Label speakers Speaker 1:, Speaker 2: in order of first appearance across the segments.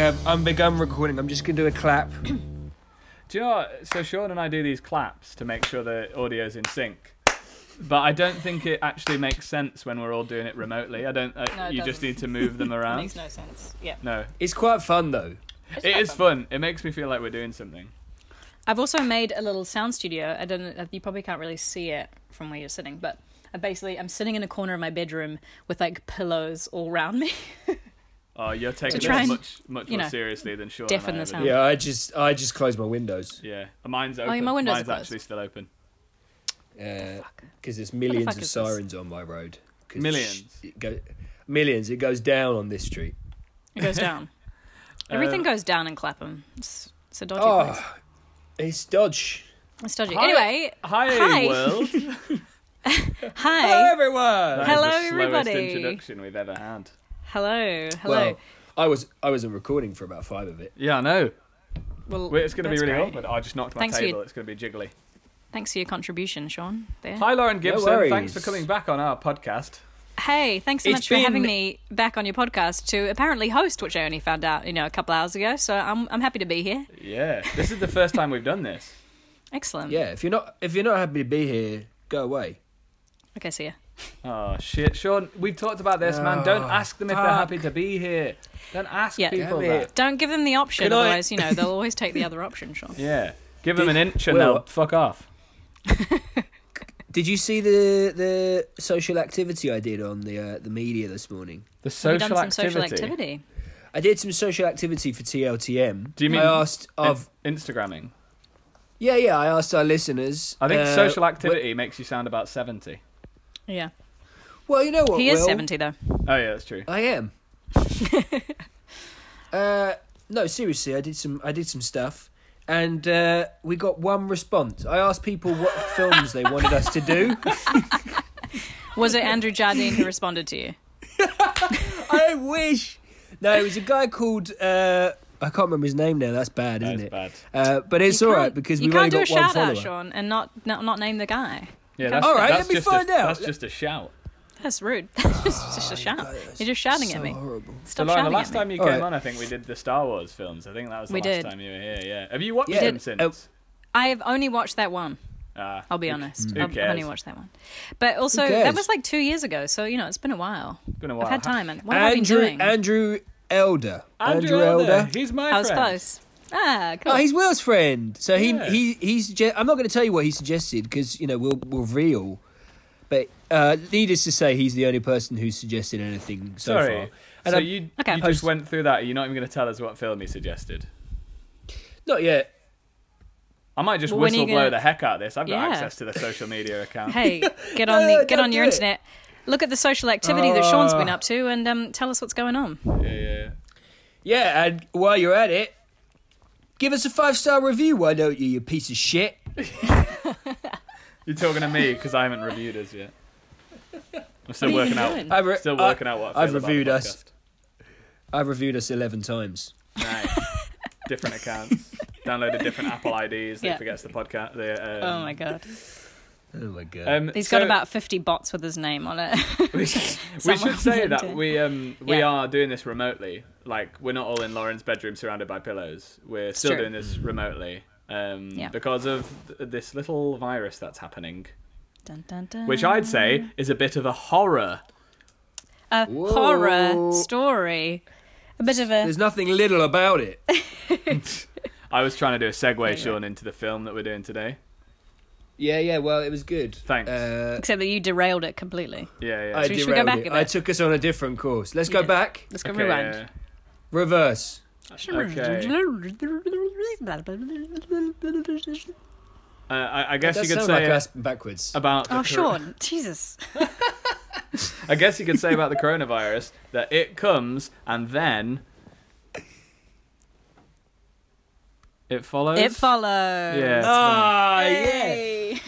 Speaker 1: Um, I'm begun recording. I'm just gonna do a clap.
Speaker 2: Do you know what? So Sean and I do these claps to make sure the audio's in sync. But I don't think it actually makes sense when we're all doing it remotely. I don't. Uh,
Speaker 3: No, it
Speaker 2: you just
Speaker 3: doesn't.
Speaker 2: need to move them around.
Speaker 3: Makes no sense. Yeah.
Speaker 2: no,
Speaker 1: It's quite fun though.
Speaker 3: It's
Speaker 2: it
Speaker 3: quite
Speaker 2: is fun. It makes me feel like we're doing something.
Speaker 3: I've also made a little sound studio. I don't. know- You probably can't really see it from where you're sitting, but I basically I'm sitting in a corner of my bedroom with like pillows all round me.
Speaker 2: Oh, you're taking
Speaker 3: try
Speaker 2: this
Speaker 3: and,
Speaker 2: much much
Speaker 3: you
Speaker 2: more
Speaker 3: know,
Speaker 2: seriously than Sean. and I
Speaker 3: deafen the
Speaker 2: ever
Speaker 3: sound.
Speaker 2: did.
Speaker 1: Yeah, I just I just closed my windows
Speaker 2: Yeah, Oh, mine's open.
Speaker 3: yeah, my windows are
Speaker 2: mine's
Speaker 3: closed.
Speaker 2: actually still open.
Speaker 1: because uh, there's
Speaker 3: fuck
Speaker 1: millions of
Speaker 3: is this?
Speaker 1: sirens on my road. 'Cause
Speaker 2: Millions?
Speaker 1: It go, millions. It goes down on this street.
Speaker 3: It
Speaker 2: Uh,
Speaker 3: goes down. Everything goes down in Clapham. It's, it's a dodgy place.
Speaker 1: Oh, it's Dodge.
Speaker 3: It's dodgy.
Speaker 2: Hi-
Speaker 3: anyway,
Speaker 2: Hi,
Speaker 3: Hi.
Speaker 2: world.
Speaker 1: Hello,
Speaker 3: hi.
Speaker 1: everyone.
Speaker 2: That is
Speaker 3: Hello,
Speaker 2: the slowest
Speaker 3: everybody.
Speaker 2: introduction we've ever had.
Speaker 3: Hello. Hello.
Speaker 1: Well, I was I wasn't recording for about five of it.
Speaker 2: Yeah, I know.
Speaker 3: Well,
Speaker 2: Wait, it's going to be
Speaker 3: that's
Speaker 2: really
Speaker 3: great.
Speaker 2: awkward. I just knocked my
Speaker 3: Thanks for your-
Speaker 2: table. It's going to be jiggly.
Speaker 3: Thanks for your contribution, Sean. There.
Speaker 2: Hi, Lauren Gibson. Thanks
Speaker 1: worries.
Speaker 2: for coming back on our podcast.
Speaker 3: Hey, thanks so
Speaker 1: It's
Speaker 3: much for having
Speaker 1: been-
Speaker 3: me back on your podcast to apparently host, which I only found out, you know, a couple hours ago. So I'm I'm happy to be here.
Speaker 2: Yeah, this is the first time we've done this.
Speaker 3: Excellent.
Speaker 1: Yeah, if you're not if you're not happy to be here, go away.
Speaker 3: Okay, see ya.
Speaker 2: Oh shit, Sean, we've talked about this, man. Don't
Speaker 1: Oh,
Speaker 2: ask them if they're happy to be here. Don't ask
Speaker 3: Yeah.
Speaker 2: people
Speaker 1: Damn it.
Speaker 2: that.
Speaker 3: Don't give them the option,
Speaker 1: Can I-
Speaker 3: otherwise, you know, they'll always take the other option, Sean.
Speaker 2: Yeah, give them an inch and
Speaker 1: Well-
Speaker 2: they'll fuck off.
Speaker 1: Did you see the the social activity I did on the uh, the media this morning?
Speaker 2: The
Speaker 3: Have you
Speaker 2: social,
Speaker 3: done some
Speaker 2: activity.
Speaker 3: social activity?
Speaker 1: I did some social activity for TLTM.
Speaker 2: Do you mean-
Speaker 1: I asked of
Speaker 2: In- Instagramming.
Speaker 1: yeah yeah I asked our listeners.
Speaker 2: I think
Speaker 1: uh,
Speaker 2: social activity makes you sound about seventy.
Speaker 3: Yeah.
Speaker 1: wh- well, you know what?
Speaker 3: He is
Speaker 1: Will?
Speaker 3: 70, though.
Speaker 2: Oh yeah, that's true.
Speaker 1: I am. uh, no, seriously, I did some I did some stuff, and uh, we got one response. I asked people what films they wanted us to do.
Speaker 3: Was it Andrew Jardine who responded to you?
Speaker 1: I wish. No, it was a guy called uh, I can't remember his name now. That's bad, isn't
Speaker 2: That's
Speaker 1: it?
Speaker 2: bad.
Speaker 1: Uh, but it's
Speaker 3: You
Speaker 1: all
Speaker 3: can't-
Speaker 1: right because
Speaker 3: you
Speaker 1: we've only
Speaker 3: can't do
Speaker 1: got
Speaker 3: a shout
Speaker 1: one
Speaker 3: out,
Speaker 1: follower.
Speaker 3: Sean, and not, not not name the guy.
Speaker 2: Yeah, that's,
Speaker 1: All right, let
Speaker 2: that's
Speaker 1: me
Speaker 2: just a-
Speaker 1: find out.
Speaker 2: That's just a shout.
Speaker 3: That's rude. That's just,
Speaker 1: Oh,
Speaker 3: just a shout. You're just shouting at me.
Speaker 1: horrible.
Speaker 2: So
Speaker 3: Stop
Speaker 2: Lauren, the
Speaker 3: shouting
Speaker 2: last
Speaker 3: at me.
Speaker 2: time you
Speaker 1: All
Speaker 2: came
Speaker 1: right.
Speaker 2: on, I think we did the Star Wars films. I think that was the
Speaker 3: We
Speaker 2: last
Speaker 3: did.
Speaker 2: time you were here. Yeah. Have you watched
Speaker 1: Yeah.
Speaker 2: them
Speaker 1: Did- oh.
Speaker 2: since?
Speaker 3: I have only watched that one.
Speaker 2: Ah,
Speaker 3: I'll be honest.
Speaker 2: Who
Speaker 3: I've
Speaker 2: cares?
Speaker 3: only watched that one. But also,
Speaker 1: cares?
Speaker 3: that was like two years ago, so, you know, it's been a while.
Speaker 2: been a while.
Speaker 3: I've had time. And what have I been
Speaker 1: Andrew
Speaker 3: doing?
Speaker 1: Andrew Elder.
Speaker 2: Andrew, Elder. He's my
Speaker 3: I was
Speaker 2: friend.
Speaker 3: close. Ah, cool.
Speaker 1: Oh, he's Will's friend. So he
Speaker 2: Yeah.
Speaker 1: he he sugge- I'm not going to tell you what he suggested because you know we'll we'll reveal. But uh, needless to say, he's the only person who suggested anything so
Speaker 2: Sorry.
Speaker 1: far.
Speaker 2: so
Speaker 1: And I'm-
Speaker 2: you,
Speaker 3: Okay.
Speaker 2: you just went through that. You're not even going to tell us what film he suggested.
Speaker 1: not yet.
Speaker 2: I might just
Speaker 3: Well, when are you
Speaker 2: whistle blow
Speaker 3: gonna-
Speaker 2: the heck out of this. I've got
Speaker 3: Yeah.
Speaker 2: access to the social media account.
Speaker 3: hey, get on
Speaker 1: No,
Speaker 3: the get
Speaker 1: don't
Speaker 3: on your
Speaker 1: do it.
Speaker 3: internet. Look at the social activity that Sean's been
Speaker 1: Uh.
Speaker 3: up to, and um, tell us what's going on.
Speaker 2: Yeah, yeah,
Speaker 1: Yeah, and while you're at it, give us a five star review. Why don't you, you piece of shit?
Speaker 2: You're talking to me because I haven't reviewed us yet. I'm still
Speaker 3: What have
Speaker 2: working
Speaker 3: you been
Speaker 2: out.
Speaker 3: doing?
Speaker 1: I've re-
Speaker 2: Still
Speaker 1: I-
Speaker 2: working out what. I
Speaker 1: Uh, I've
Speaker 2: feel about
Speaker 1: reviewed
Speaker 2: the
Speaker 1: us. I've reviewed us eleven times.
Speaker 2: podcast. Nice. different accounts. Downloaded different Apple IDs. They
Speaker 3: Yeah.
Speaker 2: forgets the podcast. The, um,
Speaker 3: Oh my god,
Speaker 1: Oh my god.
Speaker 2: Um,
Speaker 3: he's
Speaker 2: so
Speaker 3: got about fifty bots with his name on it.
Speaker 2: We should, we
Speaker 3: Someone
Speaker 2: should say
Speaker 3: went
Speaker 2: that
Speaker 3: in.
Speaker 2: we um we
Speaker 3: Yeah.
Speaker 2: are doing this remotely. Like we're not all in Lauren's bedroom surrounded by pillows. We're still
Speaker 3: true.
Speaker 2: doing this remotely. Um,
Speaker 3: Yeah.
Speaker 2: because of th- this little virus that's happening,
Speaker 3: dun, dun, dun.
Speaker 2: which I'd say
Speaker 3: Mm.
Speaker 2: is a bit of a horror.
Speaker 3: a
Speaker 1: Whoa.
Speaker 3: horror story, a bit of a
Speaker 1: There's nothing little about it.
Speaker 2: I was trying to do a segue, Sean, into the film that we're doing today.
Speaker 1: yeah, yeah. Well, it was good.
Speaker 2: Thanks.
Speaker 1: Uh,
Speaker 3: except that you derailed it completely.
Speaker 2: Yeah, yeah.
Speaker 1: I
Speaker 3: Should we go
Speaker 1: derailed
Speaker 3: back a
Speaker 1: it.
Speaker 3: bit?
Speaker 1: I took us on a different course. Let's go
Speaker 3: Yeah.
Speaker 1: back.
Speaker 3: Let's go rewind.
Speaker 1: Reverse.
Speaker 2: Uh, I, I guess
Speaker 1: That
Speaker 2: you could
Speaker 1: sounds
Speaker 2: say uh,
Speaker 1: like us backwards.
Speaker 2: about. the
Speaker 3: Oh,
Speaker 2: cor-
Speaker 3: Sean, Jesus.
Speaker 2: I guess you could say about the coronavirus that it comes and then it follows.
Speaker 3: It follows.
Speaker 2: Yeah.
Speaker 1: Ah,
Speaker 3: Yay.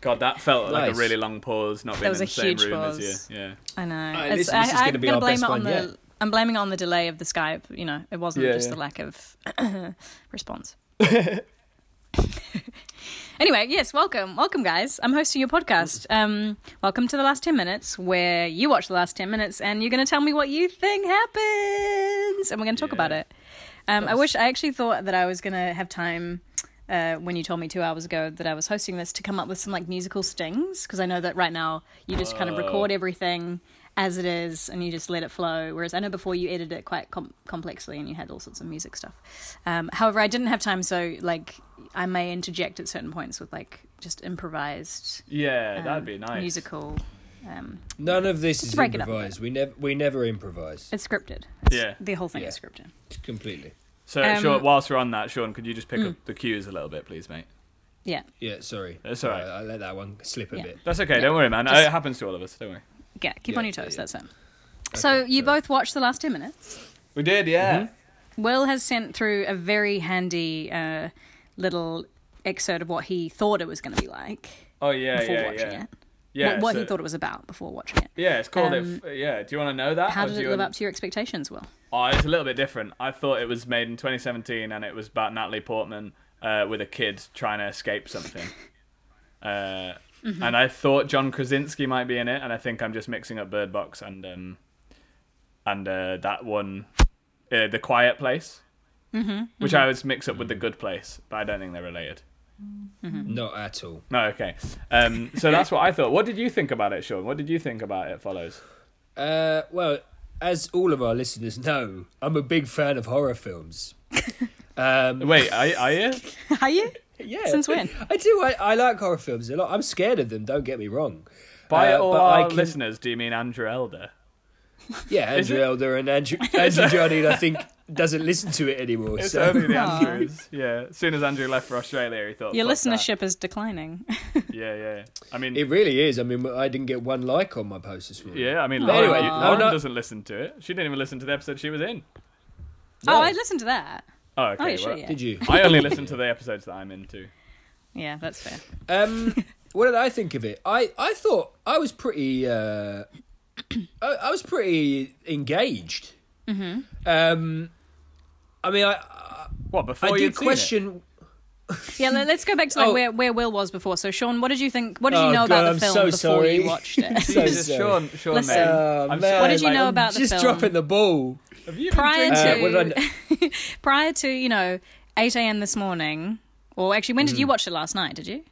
Speaker 2: God, that felt like
Speaker 1: Nice.
Speaker 2: a really long pause. Not being
Speaker 3: was
Speaker 2: in
Speaker 3: a
Speaker 2: the same
Speaker 3: huge
Speaker 2: room as
Speaker 3: pause.
Speaker 2: you. Yeah.
Speaker 3: I know.
Speaker 1: right, listen, this is
Speaker 3: I'm
Speaker 1: gonna be
Speaker 3: gonna
Speaker 1: our
Speaker 3: blame
Speaker 1: best
Speaker 3: it on
Speaker 1: one
Speaker 3: the.
Speaker 1: yet.
Speaker 3: I'm blaming it on the delay of the Skype. You know, it wasn't
Speaker 2: Yeah,
Speaker 3: just
Speaker 2: yeah.
Speaker 3: the lack of response. Anyway, yes, welcome, welcome, guys. I'm hosting your podcast. Um, welcome to the last ten minutes, where you watch the last ten minutes, and you're going to tell me what you think happens, and we're going to talk
Speaker 2: Yeah.
Speaker 3: about it. Um, I wish I actually thought that I was going to have time. Uh, when you told me two hours ago that I was hosting this, to come up with some like musical stings, because I know that right now you just kind of record everything as it is and you just let it flow. Whereas I know before you edited it quite com- complexly and you had all sorts of music stuff. Um, however, I didn't have time, so like I may interject at certain points with like just improvised
Speaker 2: Yeah, that'd
Speaker 3: um,
Speaker 2: be nice.
Speaker 3: musical. Um,
Speaker 1: None of this
Speaker 3: Let's
Speaker 1: is
Speaker 3: break it up a bit.
Speaker 1: improvised. We never we never improvise
Speaker 3: it's scripted. It's-
Speaker 2: Yeah.
Speaker 3: the whole thing is
Speaker 1: Yeah.
Speaker 3: scripted.
Speaker 1: completely.
Speaker 2: So,
Speaker 3: Um, mm.
Speaker 2: Sean, whilst we're on that, Sean, could you just pick up the cues a little bit, please, mate?
Speaker 3: Yeah,
Speaker 1: Yeah, sorry. Uh,
Speaker 2: That's all right.
Speaker 1: I, I let that one slip a
Speaker 3: Yeah.
Speaker 1: bit.
Speaker 2: That's okay.
Speaker 3: Yeah.
Speaker 2: Don't worry, man.
Speaker 3: Just-
Speaker 2: It happens to all of us. Don't worry.
Speaker 3: yeah. Keep
Speaker 1: Yeah,
Speaker 3: on your
Speaker 1: yeah,
Speaker 3: toes.
Speaker 1: yeah.
Speaker 3: That's it. so you
Speaker 1: sorry.
Speaker 3: both watched the last ten minutes.
Speaker 2: We did, yeah.
Speaker 3: Mm-hmm. Will has sent through a very handy uh, little excerpt of what he thought it was going to be like
Speaker 2: Oh yeah,
Speaker 3: before
Speaker 2: yeah,
Speaker 3: watching
Speaker 2: yeah.
Speaker 3: it.
Speaker 2: Yeah,
Speaker 3: what, what he
Speaker 2: so-
Speaker 3: thought it was about before watching it.
Speaker 2: Yeah, it's called
Speaker 3: Um,
Speaker 2: it. f- Yeah. Do you want to know that?
Speaker 3: How
Speaker 2: or
Speaker 3: did
Speaker 2: do
Speaker 3: it
Speaker 2: you
Speaker 3: live
Speaker 2: wanna-
Speaker 3: up to your expectations, Will?
Speaker 2: Oh, it's a little bit different. I thought it was made in 2017, and it was about Natalie Portman uh, with a kid trying to escape something. Uh,
Speaker 1: Mm-hmm.
Speaker 2: And I thought John Krasinski might be in it, and I think I'm just mixing up Bird Box and um, and uh, that one, uh, The Quiet Place, mm-hmm, which I would mix up with The Good Place, but I don't think they're related.
Speaker 1: Not at all.
Speaker 2: No, okay. Um, so that's what I thought. What did you think about it, Sean? What did you think about it? Follows.
Speaker 1: Uh, well, as all of our listeners know, I'm a big fan of horror films. um,
Speaker 2: Wait, are, are you?
Speaker 3: Are you?
Speaker 1: yeah.
Speaker 3: Since when?
Speaker 1: I do. I, I like horror films a lot. I'm scared of them. Don't get me wrong.
Speaker 2: By
Speaker 1: Uh,
Speaker 2: all
Speaker 1: but
Speaker 2: our
Speaker 1: I can-
Speaker 2: listeners, do you mean Andrew Elder?
Speaker 1: Yeah, Andrew Elder and Andrew, Andrew Jardine, I think, doesn't listen to it anymore.
Speaker 2: It's
Speaker 1: so
Speaker 2: only the
Speaker 3: Aw.
Speaker 2: Andrews. Yeah. As soon as Andrew left for Australia, he thought.
Speaker 3: Your
Speaker 2: "Fuck
Speaker 3: listenership is declining.
Speaker 2: That. Yeah, yeah. I mean,
Speaker 1: it really is. I mean, I didn't get one like on my post this morning.
Speaker 2: yeah. I mean,
Speaker 1: But
Speaker 2: Lauren,
Speaker 1: anyway,
Speaker 2: you-
Speaker 1: no,
Speaker 2: Lauren
Speaker 1: no-
Speaker 2: doesn't listen to it. She didn't even listen to the episode she was in.
Speaker 1: No.
Speaker 3: Oh, I listened to that.
Speaker 2: Oh, okay.
Speaker 3: Oh, yeah, sure,
Speaker 2: well,
Speaker 3: yeah.
Speaker 1: Did you?
Speaker 2: I only listen to the episodes that I'm into.
Speaker 3: Yeah, that's fair.
Speaker 1: Um, what did I think of it? I, I thought I was pretty uh, I, I was pretty engaged. Mm-hmm. Um, I mean, I
Speaker 2: What
Speaker 1: I
Speaker 2: before you
Speaker 1: did question.
Speaker 3: Yeah, let- let's go back to like
Speaker 1: Oh.
Speaker 3: where, where Will was before. So, Sean, what did you think? What did you
Speaker 1: Oh,
Speaker 3: know
Speaker 1: God,
Speaker 3: about the
Speaker 1: I'm
Speaker 3: film
Speaker 1: so
Speaker 3: before
Speaker 1: sorry.
Speaker 3: you watched it?
Speaker 1: So
Speaker 2: Jesus,
Speaker 1: sorry.
Speaker 2: Sean, Sean,
Speaker 3: Listen,
Speaker 2: mate.
Speaker 1: Oh, man.
Speaker 2: I'm sorry,
Speaker 3: What did you
Speaker 2: like,
Speaker 3: know
Speaker 2: I'm
Speaker 3: about the
Speaker 1: just
Speaker 3: film?
Speaker 1: dropping the ball.
Speaker 2: Have you been
Speaker 3: prior
Speaker 2: drinking?
Speaker 1: Uh,
Speaker 3: to
Speaker 1: what did I
Speaker 3: prior to you know eight a.m. this morning, or actually, when did you watch it last night? Did you?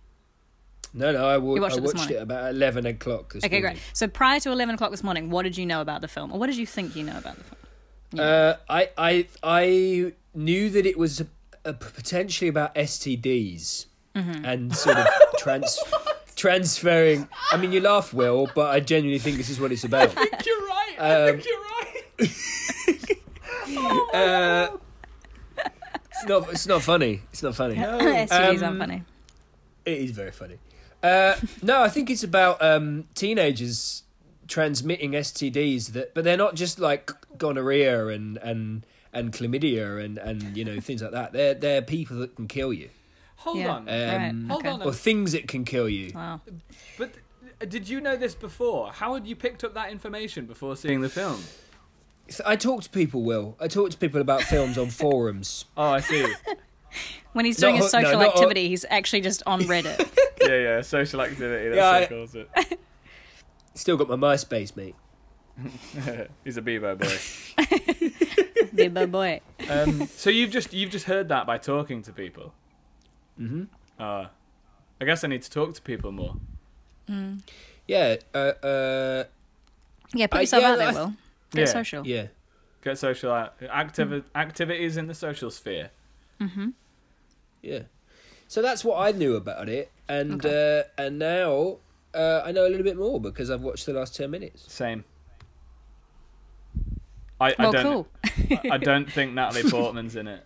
Speaker 1: No, no, I wa-
Speaker 3: You watched
Speaker 1: I
Speaker 3: it this
Speaker 1: watched
Speaker 3: morning.
Speaker 1: it about eleven o'clock this
Speaker 3: Okay,
Speaker 1: morning.
Speaker 3: great. So prior to eleven o'clock this morning, what did you know about the film, or what did you think you know about the film?
Speaker 1: Uh, I I I knew that it was a, a p- potentially about STDs
Speaker 2: Mm-hmm.
Speaker 1: and sort of trans transferring. I mean, you laugh, Will, but I genuinely think this is what it's about.
Speaker 2: You're right. I
Speaker 1: Um,
Speaker 2: think you're right.
Speaker 1: Uh,
Speaker 2: Oh.
Speaker 1: it's not. It's not funny. It's not funny.
Speaker 3: Oh, STDs
Speaker 1: Um,
Speaker 3: aren't funny.
Speaker 1: It is very funny. Uh, no, I think it's about um, teenagers transmitting STDs that, but they're not just like gonorrhea and and and chlamydia and and you know things like that. They're they're people that can kill you
Speaker 2: Hold
Speaker 3: Yeah.
Speaker 1: um,
Speaker 2: on.
Speaker 3: right.
Speaker 2: Hold
Speaker 3: Okay.
Speaker 2: on.
Speaker 1: or things that can kill you.
Speaker 3: Wow.
Speaker 2: But th- did you know this before? How had you picked up that information before seeing the film?
Speaker 1: So I talk to people, Will. I talk to people about films on forums.
Speaker 2: Oh, I see.
Speaker 3: When he's
Speaker 1: Not
Speaker 3: doing his
Speaker 1: ho- no,
Speaker 3: social
Speaker 1: not ho-
Speaker 3: activity, he's actually just on Reddit.
Speaker 2: yeah, yeah. Social activity. That's
Speaker 1: Yeah,
Speaker 2: what
Speaker 1: I-
Speaker 2: he calls it.
Speaker 1: Still got my MySpace, mate.
Speaker 2: He's a Bebo boy.
Speaker 3: Be a bad boy.
Speaker 2: Um, so you've just you've just heard that by talking to people. Mm-hmm. Uh, I guess I need to talk to people more.
Speaker 1: Yeah, uh, uh,
Speaker 3: Yeah, put
Speaker 1: Uh,
Speaker 3: yourself
Speaker 1: yeah,
Speaker 3: out there,
Speaker 1: I-
Speaker 3: Will. Get
Speaker 2: Yeah.
Speaker 3: social.
Speaker 1: yeah.
Speaker 2: Get social act- activi- activities in the social sphere.
Speaker 1: Yeah. So that's what I knew about it, and uh, and now uh, I know a little bit more because I've watched the last ten minutes.
Speaker 2: Same. I, I
Speaker 3: Well,
Speaker 2: don't.
Speaker 3: cool.
Speaker 2: I, I don't think Natalie Portman's in it,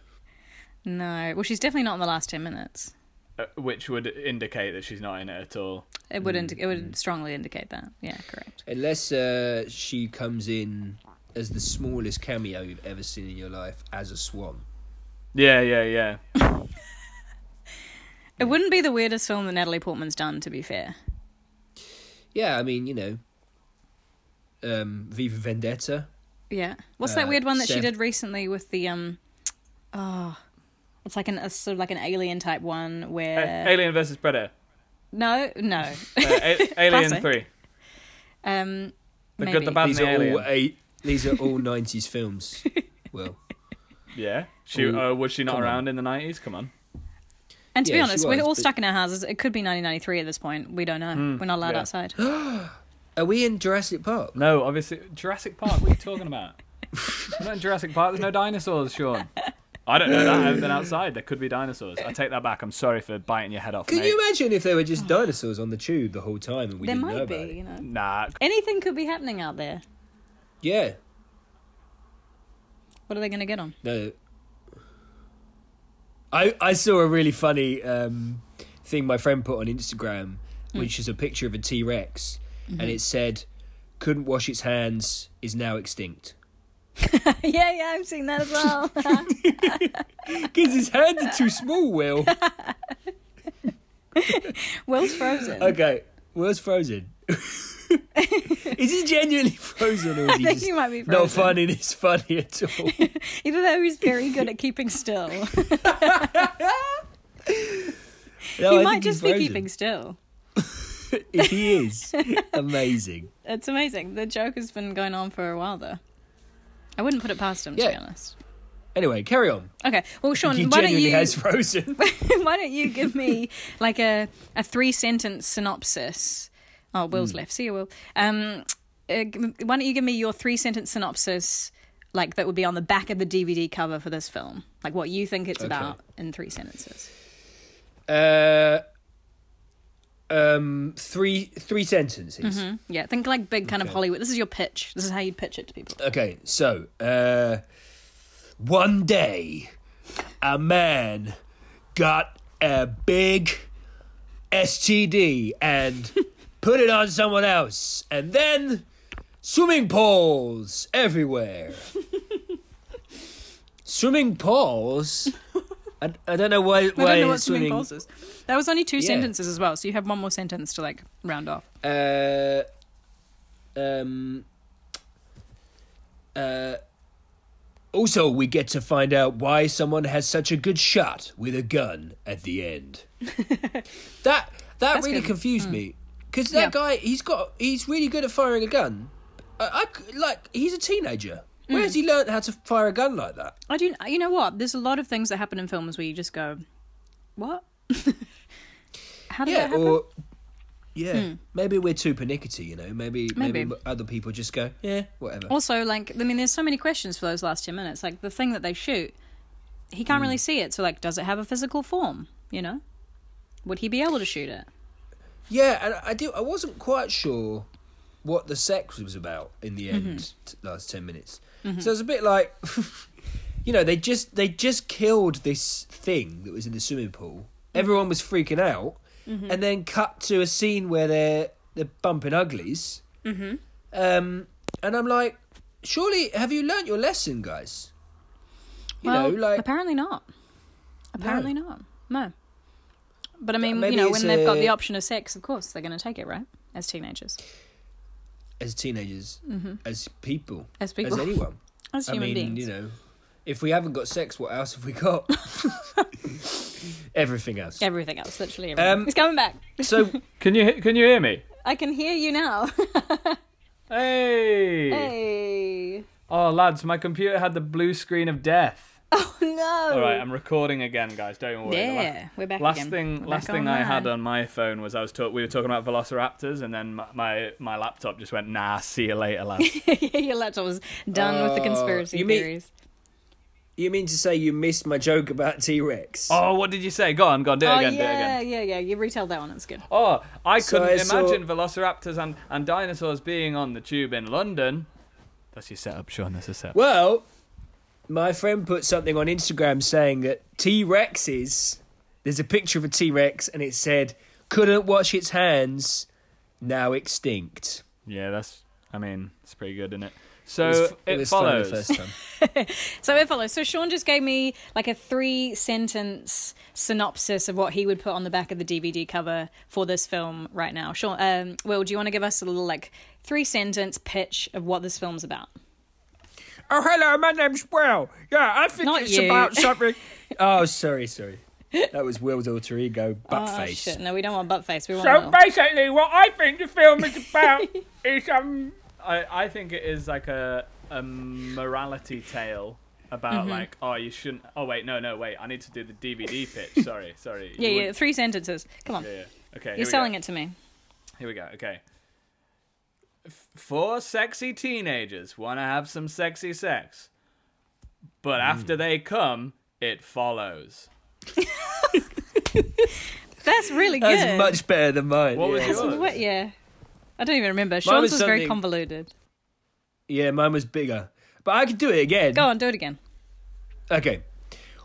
Speaker 3: No, well, she's definitely not in the last ten minutes.
Speaker 2: uh, which would indicate that she's not in it at all.
Speaker 3: It
Speaker 1: Hmm.
Speaker 3: would indi- it would strongly indicate that. Yeah, correct.
Speaker 1: Unless uh, she comes in as the smallest cameo you've ever seen in your life as a swan.
Speaker 2: Yeah, yeah, yeah.
Speaker 3: It wouldn't be the weirdest film that Natalie Portman's done, to be fair.
Speaker 1: Yeah, I mean you know, um, Viva Vendetta.
Speaker 3: Yeah. What's
Speaker 1: Uh,
Speaker 3: that weird one that she
Speaker 1: Seb-
Speaker 3: did recently with the um? It's like an a, sort of like an alien type one
Speaker 2: A-
Speaker 3: where
Speaker 2: Alien versus Predator.
Speaker 3: no no
Speaker 2: Uh, a- Alien
Speaker 3: Classic.
Speaker 2: Three.
Speaker 3: um
Speaker 2: The
Speaker 3: maybe.
Speaker 2: good, the bad, and
Speaker 1: These
Speaker 2: the
Speaker 1: are
Speaker 2: alien.
Speaker 1: all eight. These are all nineties films. Well,
Speaker 2: Yeah. She
Speaker 1: Ooh,
Speaker 2: uh, was she not
Speaker 1: come on.
Speaker 2: around in the nineties? Come on.
Speaker 3: And to
Speaker 1: Yeah,
Speaker 3: be
Speaker 1: she
Speaker 3: honest, we're
Speaker 1: was,
Speaker 3: all
Speaker 1: but-
Speaker 3: stuck in our houses. It could be 1993 at this point. We don't know. we're not allowed
Speaker 2: Hmm. yeah.
Speaker 3: outside.
Speaker 1: are we in Jurassic Park?
Speaker 2: No, obviously Jurassic Park. What are you talking about? We're not in Jurassic Park. There's no dinosaurs, Sean. I don't know that. I haven't been outside. There could be dinosaurs. I take that back. I'm sorry for biting your head off.
Speaker 1: Can
Speaker 2: mate.
Speaker 1: you imagine if there were just dinosaurs on the tube the whole time and we
Speaker 3: there
Speaker 1: didn't know
Speaker 3: might be,
Speaker 1: about it?
Speaker 3: you know.
Speaker 2: Nah.
Speaker 3: Anything could be happening out there.
Speaker 1: Yeah.
Speaker 3: What are they going to get on?
Speaker 1: No. I I saw a really funny um, thing my friend put on Instagram,
Speaker 3: Hmm.
Speaker 1: which is a picture of a T Rex,
Speaker 3: Mm-hmm.
Speaker 1: and it said, "Couldn't wash its hands, is now extinct."
Speaker 3: yeah, yeah, I've seen that as well.
Speaker 1: Because his hands are too small. Will
Speaker 3: Will's frozen.
Speaker 1: okay, where's Frozen? is he genuinely frozen, or is he
Speaker 3: I think
Speaker 1: just
Speaker 3: he might be
Speaker 1: not
Speaker 3: frozen.
Speaker 1: finding it's funny at all?
Speaker 3: Either that or he's very good at keeping still. he
Speaker 1: No, I
Speaker 3: might
Speaker 1: think he's
Speaker 3: just be
Speaker 1: frozen.
Speaker 3: keeping still.
Speaker 1: If he is, amazing.
Speaker 3: It's amazing. The joke has been going on for a while, though. I wouldn't put it past him, to be
Speaker 1: Yeah.
Speaker 3: honest.
Speaker 1: Anyway, carry on.
Speaker 3: Okay, well, Sean,
Speaker 1: he
Speaker 3: why don't
Speaker 1: genuinely
Speaker 3: you
Speaker 1: has frozen.
Speaker 3: why don't you give me like a, a three sentence synopsis? Oh, Will's
Speaker 1: Hmm.
Speaker 3: left. See you, Will. Um, uh, g- why don't you give me your three sentence synopsis, like that would be on the back of the DVD cover for this film, like what you think it's about in three sentences.
Speaker 1: Uh, um, three three sentences.
Speaker 3: Hmm? Yeah, think like big kind of
Speaker 1: Okay.
Speaker 3: Hollywood. This is your pitch. This is how you'd pitch it to people.
Speaker 1: Okay, so uh, one day, a man got a big STD and put it on someone else, and then swimming pools everywhere. swimming pools. I, I don't know why.
Speaker 3: I
Speaker 1: why
Speaker 3: don't know what
Speaker 1: it's
Speaker 3: swimming balls is. That was only two
Speaker 1: Yeah.
Speaker 3: sentences as well, so you have one more sentence to like round off.
Speaker 1: uh, um, uh, also, we get to find out why someone has such a good shot with a gun at the end. that that really
Speaker 3: good.
Speaker 1: confused me. 'Cause me because
Speaker 3: Yeah.
Speaker 1: that guy he's got he's really good at firing a gun. I, I c- like he's a teenager. Where has he learned how to fire a gun like that?
Speaker 3: I do. You know what? There's a lot of things that happen in films where you just go, "What? How did that
Speaker 1: yeah,
Speaker 3: happen?"
Speaker 1: or yeah, maybe we're too pernickety. You know, maybe, maybe
Speaker 3: Maybe.
Speaker 1: other people just go yeah, whatever.
Speaker 3: Also, like, I mean, there's so many questions for those last 10 minutes. Like, the thing that they shoot, he can't really
Speaker 1: Hmm.
Speaker 3: see it. So, like, does it have a physical form? You know? Would he be able to shoot it?
Speaker 1: Yeah, and I do. I wasn't quite sure what the sex was about in the end,
Speaker 3: Mm-hmm.
Speaker 1: t- last ten minutes. So it's a bit like, you know, they just they just killed this thing that was in the swimming pool.
Speaker 3: Mm-hmm.
Speaker 1: Everyone was freaking out, and then cut to a scene where they're they're bumping uglies. Mm-hmm. Um, and I'm like, surely have you learnt your lesson, guys? You
Speaker 3: well,
Speaker 1: know, like
Speaker 3: apparently not. Apparently not. No. But I mean,
Speaker 1: maybe
Speaker 3: you know,
Speaker 1: it's
Speaker 3: when they've got the
Speaker 1: a-
Speaker 3: option of sex, of course, they're going to take it, right? As teenagers,
Speaker 1: as teenagers, as people,
Speaker 3: as Mm-hmm. people,
Speaker 1: as
Speaker 3: as,
Speaker 1: anyone.
Speaker 3: human
Speaker 1: I mean,
Speaker 3: beings.
Speaker 1: you know, if we haven't got sex, what else have we got? Everything else.
Speaker 3: Everything else, literally everything.
Speaker 1: Um,
Speaker 3: it's coming back.
Speaker 1: So
Speaker 2: Can you he- can you hear me?
Speaker 3: I can hear you now.
Speaker 2: Hey.
Speaker 3: hey.
Speaker 2: Oh lads, my computer had the blue screen of death.
Speaker 3: Oh, no.
Speaker 2: All right, I'm recording again, guys. Don't worry. The la-
Speaker 3: yeah, we're back
Speaker 2: Last
Speaker 3: again.
Speaker 2: thing,
Speaker 3: We're
Speaker 2: last
Speaker 3: back
Speaker 2: thing I had
Speaker 3: online.
Speaker 2: on my phone was I was talk- we were talking about velociraptors, and then my, my my laptop just went, nah, see you later, lads.
Speaker 3: yeah, your laptop was done with the conspiracy
Speaker 1: Oh, you mean-
Speaker 3: theories.
Speaker 1: you mean to say you missed my joke about T Rex?
Speaker 2: oh, what did you say? Go on, go on, do it
Speaker 3: oh
Speaker 2: again, do it
Speaker 3: yeah,
Speaker 2: again.
Speaker 3: yeah, yeah. You retell that one. It's good.
Speaker 2: Oh, I
Speaker 1: So
Speaker 2: couldn't
Speaker 1: I saw-
Speaker 2: imagine velociraptors and, and dinosaurs being on the tube in London. That's your setup, Sean. That's a setup.
Speaker 1: Well, my friend put something on Instagram saying that T Rexes. There's a picture of a T Rex, and it said, "Couldn't wash its hands, now extinct."
Speaker 2: Yeah, that's. I mean, it's pretty good, isn't it?
Speaker 1: Uh, It
Speaker 2: So
Speaker 1: was-
Speaker 2: it,
Speaker 1: was funny the
Speaker 2: follows.
Speaker 1: first time.
Speaker 3: So it follows. So Sean just gave me like a three sentence synopsis of what he would put on the back of the DVD cover for this film right now. Sean, um, Will, do you want to give us a little like three sentence pitch of what this film's about?
Speaker 1: "Oh, hello, my name's Will. Yeah, I think
Speaker 3: Not
Speaker 1: it's
Speaker 3: you.
Speaker 1: about something." oh, sorry, sorry. That was Will's alter ego,
Speaker 3: Oh,
Speaker 1: buttface.
Speaker 3: shit. No, we don't want butt face. We want
Speaker 2: So
Speaker 3: Will.
Speaker 2: basically, what I think the film is about is um, I, I think it is like a a morality tale about
Speaker 3: Mm-hmm.
Speaker 2: like oh you shouldn't oh wait no no wait I need to do the DVD pitch sorry sorry
Speaker 3: Yeah,
Speaker 2: You
Speaker 3: yeah.
Speaker 2: wouldn't-
Speaker 3: Three sentences. Come on.
Speaker 2: yeah, yeah. okay
Speaker 3: You're selling it to me.
Speaker 2: here we go okay F- four sexy teenagers want to have some sexy sex but
Speaker 1: Hmm.
Speaker 2: after they come it follows
Speaker 3: That's really good.
Speaker 1: That's much better than mine.
Speaker 2: What was
Speaker 1: yeah.
Speaker 2: yours?
Speaker 3: That's what- yeah. I don't even remember. Sean's was,
Speaker 1: was
Speaker 3: very
Speaker 1: something-
Speaker 3: convoluted.
Speaker 1: yeah, mine was bigger, but I could do it again.
Speaker 3: Go on, do it again.
Speaker 1: Okay.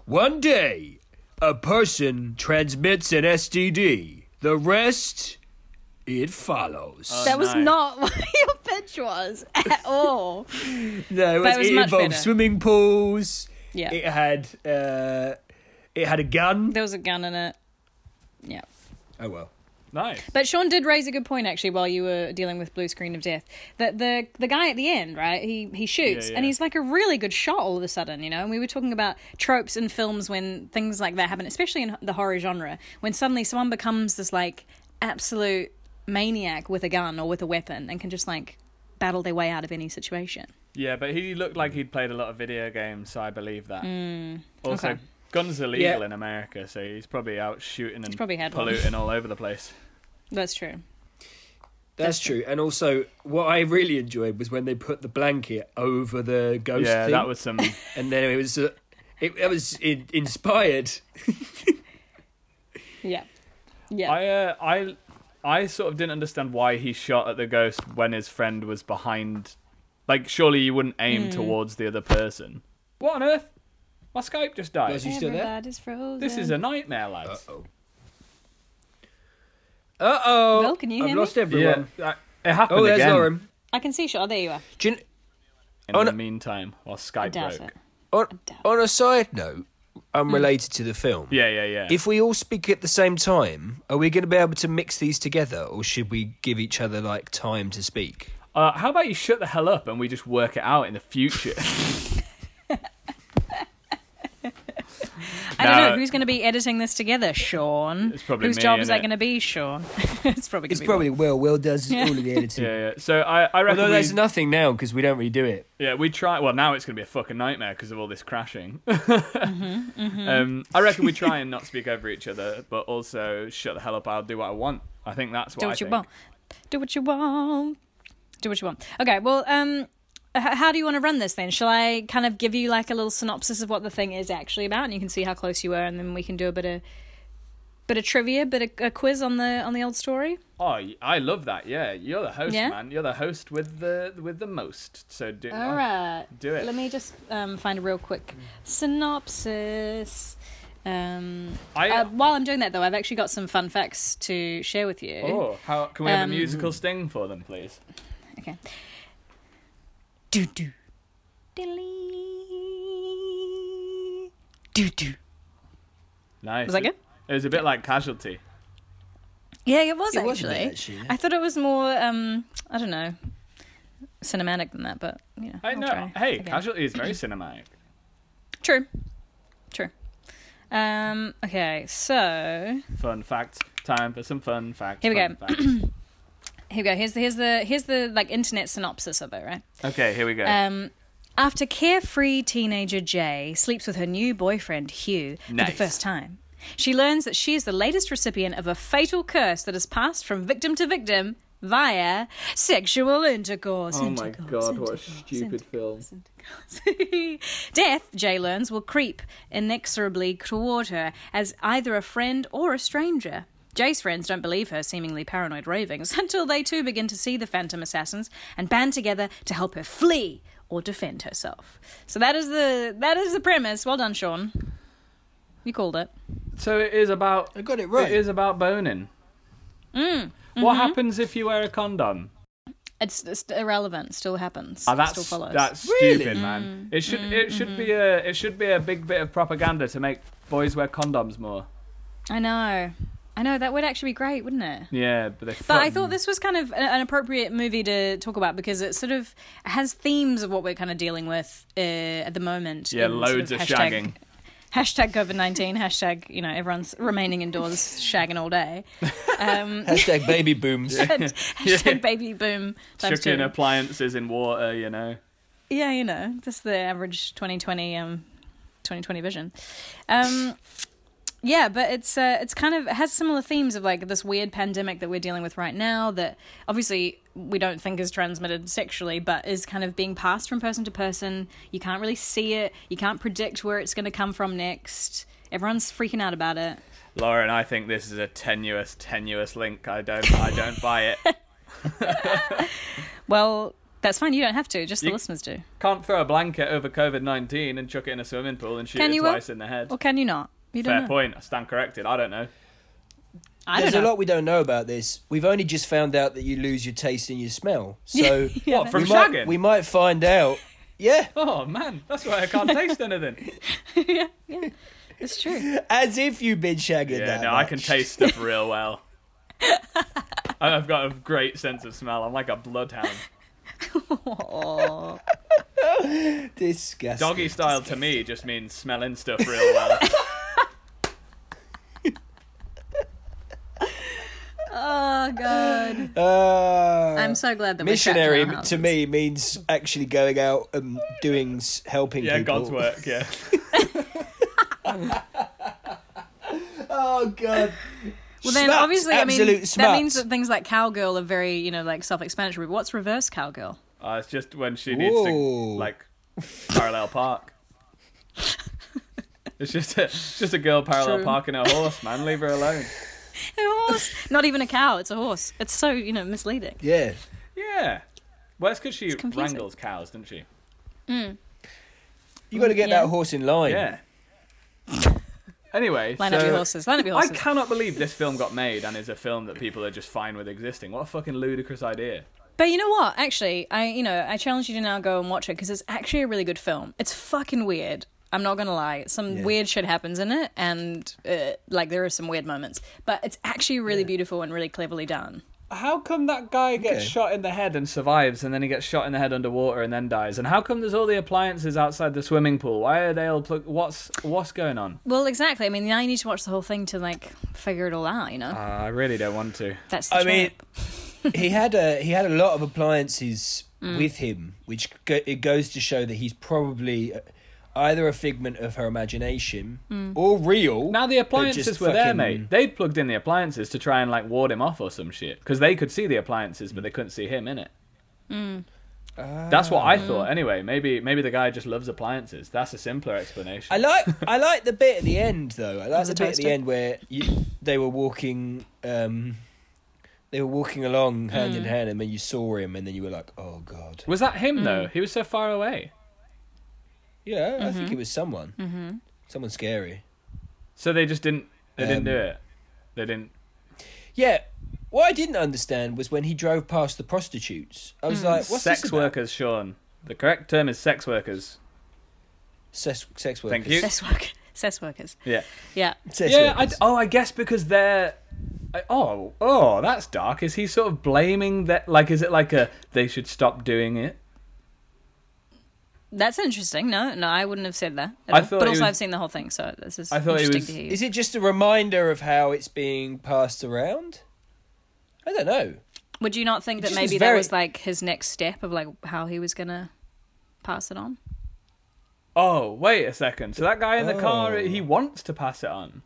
Speaker 1: One day, a person transmits an STD. The rest, it follows.
Speaker 2: Oh,
Speaker 3: that was
Speaker 2: no.
Speaker 3: not what your pitch was at all.
Speaker 1: no, it,
Speaker 3: that
Speaker 1: was,
Speaker 3: was
Speaker 1: it
Speaker 3: much
Speaker 1: involved
Speaker 3: better.
Speaker 1: swimming pools.
Speaker 3: Yeah.
Speaker 1: It had uh, it had a gun.
Speaker 3: There was a gun in it. Yeah.
Speaker 1: Oh well.
Speaker 2: nice
Speaker 3: But Sean did raise a good point actually while you were dealing with blue screen of death. That the the guy at the end, right? He he shoots
Speaker 2: Yeah, yeah.
Speaker 3: and he's like a really good shot all of a sudden, you know. And we were talking about tropes in films when things like that happen, especially in the horror genre, when suddenly someone becomes this like absolute maniac with a gun or with a weapon and can just like battle their way out of any situation.
Speaker 2: Yeah, but he looked like he'd played a lot of video games, so I believe that. also,
Speaker 3: Hmm, okay.
Speaker 2: guns are legal
Speaker 1: Yeah.
Speaker 2: in America, so he's probably out shooting and
Speaker 3: probably had one.
Speaker 2: polluting all over the place.
Speaker 3: That's true.
Speaker 1: That's true. And also, what I really enjoyed was when they put the blanket over the ghost
Speaker 2: yeah,
Speaker 1: thing.
Speaker 2: that was some.
Speaker 1: And then it was, uh, it, it was in, inspired.
Speaker 3: Yeah. Yeah.
Speaker 2: I, uh, I, I sort of didn't understand why he shot at the ghost when his friend was behind. Like, surely you wouldn't aim
Speaker 3: Hmm.
Speaker 2: towards the other person. What on earth? My Skype just died.
Speaker 1: Was you still there?
Speaker 3: Everybody's frozen.
Speaker 2: This is a nightmare, lads.
Speaker 1: Uh oh. Uh oh.
Speaker 3: Will, can you
Speaker 1: I've
Speaker 3: hear me?
Speaker 1: lost everyone.
Speaker 2: Yeah, that- it happened
Speaker 1: Oh, there's
Speaker 2: again.
Speaker 1: Lauren.
Speaker 3: I can see Sean. Oh, there you are.
Speaker 1: Do you, kn-
Speaker 2: In
Speaker 1: Oh,
Speaker 2: the
Speaker 1: no.
Speaker 2: meantime, while
Speaker 3: I
Speaker 2: Skype
Speaker 3: doubt
Speaker 2: broke.
Speaker 3: it.
Speaker 1: on,
Speaker 3: doubt
Speaker 1: on a side note, unrelated to the film,
Speaker 2: Yeah, yeah, yeah.
Speaker 1: if we all speak at the same time, are we going to be able to mix these together, or should we give each other like time to speak?
Speaker 2: Uh, how about you shut the hell up and we just work it out in the future?
Speaker 3: I don't
Speaker 2: No.
Speaker 3: know who's going to be editing this together, Sean.
Speaker 2: It's probably
Speaker 3: whose
Speaker 2: me,
Speaker 3: job is
Speaker 2: innit?
Speaker 3: that going to be, Sean? it's probably going
Speaker 1: It's
Speaker 3: to be
Speaker 1: probably Will. Will does all of the editing.
Speaker 2: yeah, yeah. So I, I reckon
Speaker 1: Although
Speaker 2: we,
Speaker 1: there's nothing now because we don't really do it.
Speaker 2: yeah, we try. Well, now it's going to be a fucking nightmare because of all this crashing.
Speaker 3: Mm-hmm,
Speaker 2: Um, I reckon we try and not speak over each other, but also shut the hell up. I'll do what I want. I think that's what
Speaker 3: do
Speaker 2: I
Speaker 3: what you
Speaker 2: think.
Speaker 3: want. Do what you want. Do what you want. Okay. Well, um, h- how do you want to run this then? Shall I kind of give you like a little synopsis of what the thing is actually about, and you can see how close you were, and then we can do a bit of bit of trivia, bit of a quiz on the on the old story.
Speaker 2: Oh, y- I love that. Yeah, you're the host,
Speaker 3: Yeah?
Speaker 2: man. You're the host with the with the most. So do
Speaker 3: All right.
Speaker 2: do it. Hmm.
Speaker 3: Let me just um, find a real quick synopsis. Um,
Speaker 2: I-
Speaker 3: uh, while I'm doing that, though, I've actually got some fun facts to share with you.
Speaker 2: Oh, how can we have
Speaker 3: Um,
Speaker 2: a musical sting for them, please?
Speaker 3: Okay. Do do. Do do.
Speaker 2: Nice.
Speaker 3: Was that good?
Speaker 2: It was a bit like Casualty.
Speaker 3: Yeah, it was
Speaker 1: It was a bit,
Speaker 3: actually.
Speaker 1: actually, yeah.
Speaker 3: I thought it was more. Um, I don't know, cinematic than that, but you know.
Speaker 2: I
Speaker 3: I'll
Speaker 2: know.
Speaker 3: try
Speaker 2: Hey,
Speaker 3: again.
Speaker 2: Casualty is very cinematic.
Speaker 3: True. True. Um, okay, so
Speaker 2: Fun facts. Time for some fun facts.
Speaker 3: Here we
Speaker 2: fun
Speaker 3: go.
Speaker 2: facts.
Speaker 3: Here we go. Here's the here's the here's the like internet synopsis of it, right?
Speaker 2: Okay, here we go.
Speaker 3: Um after carefree teenager Jay sleeps with her new boyfriend Hugh for
Speaker 2: Nice.
Speaker 3: the first time, she learns that she is the latest recipient of a fatal curse that is passed from victim to victim via sexual intercourse.
Speaker 2: Oh
Speaker 3: Intercourse, intercourse,
Speaker 2: film.
Speaker 3: Death, Jay learns, will creep inexorably toward her as either a friend or a stranger. Jay's friends don't believe her seemingly paranoid ravings until they too begin to see the phantom assassins and band together to help her flee or defend herself. So that is the that is the premise. Well done, Sean. You called it.
Speaker 2: So it is about
Speaker 1: I got it right.
Speaker 2: it is about boning.
Speaker 3: Mm,
Speaker 2: What
Speaker 3: mm-hmm.
Speaker 2: happens if you wear a condom?
Speaker 3: It's, it's irrelevant. Still happens.
Speaker 2: Ah, that's
Speaker 3: Still follows. Mm, mm-hmm.
Speaker 2: that's
Speaker 1: Really?
Speaker 2: stupid, man. It should it should be a it should be a big bit of propaganda to make boys wear condoms more.
Speaker 3: I know. I know that would actually be great, wouldn't it?
Speaker 2: Yeah, but they.
Speaker 3: But I thought this was kind of a- an appropriate movie to talk about because it sort of has themes of what we're kind of dealing with uh, at the moment.
Speaker 2: Yeah,
Speaker 3: in sort
Speaker 2: loads of
Speaker 3: hashtag-
Speaker 2: shagging.
Speaker 3: Hashtag COVID nineteen. Hashtag you know everyone's remaining indoors shagging all day.
Speaker 1: Hashtag baby booms.
Speaker 3: And hashtag baby boom times
Speaker 2: shook in
Speaker 3: two.
Speaker 2: appliances in water. You know.
Speaker 3: Yeah, you know, just the average 2020 um 2020 vision. Um yeah, but it's uh, it's kind of it has similar themes of like this weird pandemic that we're dealing with right now that obviously we don't think is transmitted sexually, but is kind of being passed from person to person. You can't really see it. You can't predict where it's going to come from next. Everyone's freaking out about it.
Speaker 2: Laura and I think this is a tenuous, tenuous link. I don't, I don't buy it.
Speaker 3: Well, that's fine. You don't have to. Just the
Speaker 2: You-
Speaker 3: listeners do.
Speaker 2: Can't throw a blanket over COVID nineteen and chuck it in a swimming pool and shoot
Speaker 3: Can
Speaker 2: it
Speaker 3: you, Will?
Speaker 2: twice in the head.
Speaker 3: Or can you not? You don't
Speaker 2: Fair
Speaker 3: know.
Speaker 2: point. I stand corrected. I don't know.
Speaker 3: I don't
Speaker 1: There's
Speaker 3: know.
Speaker 1: a lot we don't know about this. We've only just found out that you lose your taste and your smell. So
Speaker 3: Yeah,
Speaker 2: What, from
Speaker 1: we, might,
Speaker 2: shagging?
Speaker 1: we might find out. Yeah,
Speaker 2: Oh man, that's why I can't taste anything.
Speaker 3: yeah, yeah. It's true.
Speaker 1: as if you've been shagging
Speaker 2: Yeah,
Speaker 1: that
Speaker 2: no, I
Speaker 1: much.
Speaker 2: can taste stuff real well. I- I've got a great sense of smell. I'm like a bloodhound,
Speaker 3: Aw.
Speaker 1: Disgusting.
Speaker 2: doggy style. To me, just means smelling stuff real well.
Speaker 3: Oh god.
Speaker 1: Uh,
Speaker 3: I'm so glad that
Speaker 1: missionary
Speaker 3: we're trapped in our
Speaker 1: to
Speaker 3: houses.
Speaker 1: me means actually going out and doing s- helping
Speaker 2: Yeah,
Speaker 1: people.
Speaker 2: God's work. Yeah.
Speaker 1: Oh god.
Speaker 3: Well then
Speaker 1: Smuts,
Speaker 3: obviously I mean
Speaker 1: absolute
Speaker 3: that means
Speaker 1: smuts.
Speaker 3: that things like cowgirl are very, you know, like self-explanatory. But what's reverse cowgirl?
Speaker 2: Uh, it's just when she needs
Speaker 1: Whoa.
Speaker 2: to like parallel park. it's just a, it's just a girl parallel
Speaker 3: True.
Speaker 2: parking her horse, man. Leave her alone.
Speaker 3: A horse. Not even a cow, it's a horse. It's so, you know, misleading.
Speaker 1: Yeah.
Speaker 2: Yeah. Well, it's because she
Speaker 3: confusing.
Speaker 2: wrangles cows, doesn't she?
Speaker 1: You got to get
Speaker 3: Yeah.
Speaker 1: that horse in line.
Speaker 2: Yeah. anyway,
Speaker 3: Line up
Speaker 2: so
Speaker 3: your horses. Line up your
Speaker 2: I
Speaker 3: horses.
Speaker 2: cannot believe this film got made and is a film that people are just fine with existing. What a fucking ludicrous idea.
Speaker 3: But you know what? Actually, I you know I challenge you to now go and watch it because it's actually a really good film. It's fucking weird. I'm not gonna lie. Some weird shit happens in it, and uh, like there are some weird moments. But it's actually really beautiful and really cleverly done.
Speaker 2: How come that guy gets
Speaker 1: Okay.
Speaker 2: shot in the head and survives, and then he gets shot in the head underwater and then dies? And how come there's all the appliances outside the swimming pool? Why are they all plugged? What's what's going on?
Speaker 3: Well, exactly. I mean, now you need to watch the whole thing to like figure it all out. You know,
Speaker 2: Uh, I really don't want to.
Speaker 3: that's the
Speaker 1: I
Speaker 3: trap.
Speaker 1: mean, he had a he had a lot of appliances
Speaker 3: Mm.
Speaker 1: with him, which go, it goes to show that he's probably either a figment of her imagination
Speaker 3: Mm.
Speaker 1: or real.
Speaker 2: Now the
Speaker 1: but
Speaker 2: appliances
Speaker 1: just
Speaker 2: were there,
Speaker 1: fucking-
Speaker 2: mate. They plugged in the appliances to try and like ward him off or some shit because they could see the appliances, but they couldn't see him in it. That's what I
Speaker 1: Ah.
Speaker 2: thought. Anyway, maybe maybe the guy just loves appliances. That's a simpler explanation.
Speaker 1: I like I like the bit at the end though. I like
Speaker 3: There's
Speaker 1: the bit
Speaker 3: a
Speaker 1: at the
Speaker 3: toaster.
Speaker 1: end where you, they were walking. Um, they were walking along hand in hand, and then you saw him, and then you were like, "Oh God!"
Speaker 2: was that him though? He was so far away.
Speaker 1: Yeah, I think it was someone, mm-hmm. someone scary.
Speaker 2: So they just didn't. They didn't
Speaker 1: Um,
Speaker 2: do it. They didn't.
Speaker 1: Yeah. What I didn't understand was when he drove past the prostitutes. I was like, "What's
Speaker 2: sex
Speaker 1: this about?
Speaker 2: workers, Sean. The correct term is sex workers.
Speaker 1: Sex, sex workers.
Speaker 2: Thank you.
Speaker 3: Sex work, sex workers.
Speaker 2: Yeah.
Speaker 3: Yeah,
Speaker 1: Sex
Speaker 2: yeah. I,
Speaker 1: workers.
Speaker 2: oh, I guess because they're. I- Oh, oh, that's dark. Is he sort of blaming that? Like, is it like a they should stop doing it?
Speaker 3: that's interesting. No, no, I wouldn't have said that. at
Speaker 2: I
Speaker 3: all.
Speaker 2: thought
Speaker 3: but
Speaker 2: it
Speaker 3: also,
Speaker 2: was-
Speaker 3: I've seen the whole thing, so this is
Speaker 2: I thought it was-
Speaker 3: interesting to hear.
Speaker 1: Is it just a reminder of how it's being passed around? I don't know.
Speaker 3: Would you not think that
Speaker 1: just
Speaker 3: maybe
Speaker 1: was
Speaker 3: that
Speaker 1: very-
Speaker 3: was like his next step of like how he was gonna pass it on?
Speaker 2: Oh, wait a second. So that guy in the car, he wants to pass it on.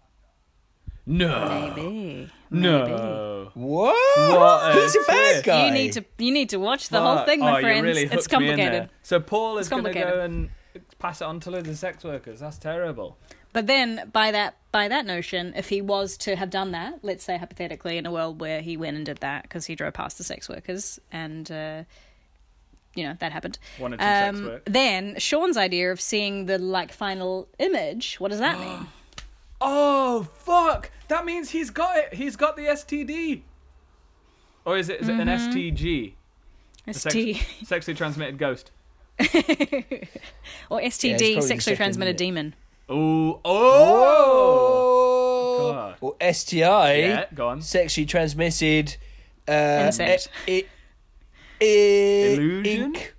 Speaker 2: No,
Speaker 3: Maybe.
Speaker 2: no.
Speaker 1: What?
Speaker 2: What a
Speaker 1: He's a bad
Speaker 2: twist.
Speaker 1: guy.
Speaker 3: You need to you need to watch the whole
Speaker 2: Fuck.
Speaker 3: thing, my
Speaker 2: Oh, you
Speaker 3: friends.
Speaker 2: really
Speaker 3: it's
Speaker 2: hooked me in
Speaker 3: complicated.
Speaker 2: there. So Paul is
Speaker 3: It's
Speaker 2: going to go
Speaker 3: complicated.
Speaker 2: and pass it on to loads of sex workers. That's terrible.
Speaker 3: But then by that by that notion, if he was to have done that, let's say hypothetically in a world where he went and did that because he drove past the sex workers and uh, you know that happened. Um,
Speaker 2: Wanted some sex work.
Speaker 3: Then Sean's idea of seeing the like final image. What does that mean?
Speaker 2: Oh fuck! That means he's got it. He's got the STD. Or is it is it
Speaker 3: Mm-hmm.
Speaker 2: an STG? A
Speaker 3: ST
Speaker 2: sex- sexually transmitted ghost.
Speaker 3: or
Speaker 1: probably
Speaker 3: STD,
Speaker 1: the
Speaker 3: sexually
Speaker 1: second
Speaker 3: transmitted
Speaker 1: bit.
Speaker 3: demon.
Speaker 2: Ooh, oh!
Speaker 1: Oh,
Speaker 2: God.
Speaker 1: or STI,
Speaker 2: Yeah, go on.
Speaker 1: sexually transmitted uh,
Speaker 3: Insect.
Speaker 1: i- i- i-
Speaker 2: Illusion?
Speaker 1: e, Ink.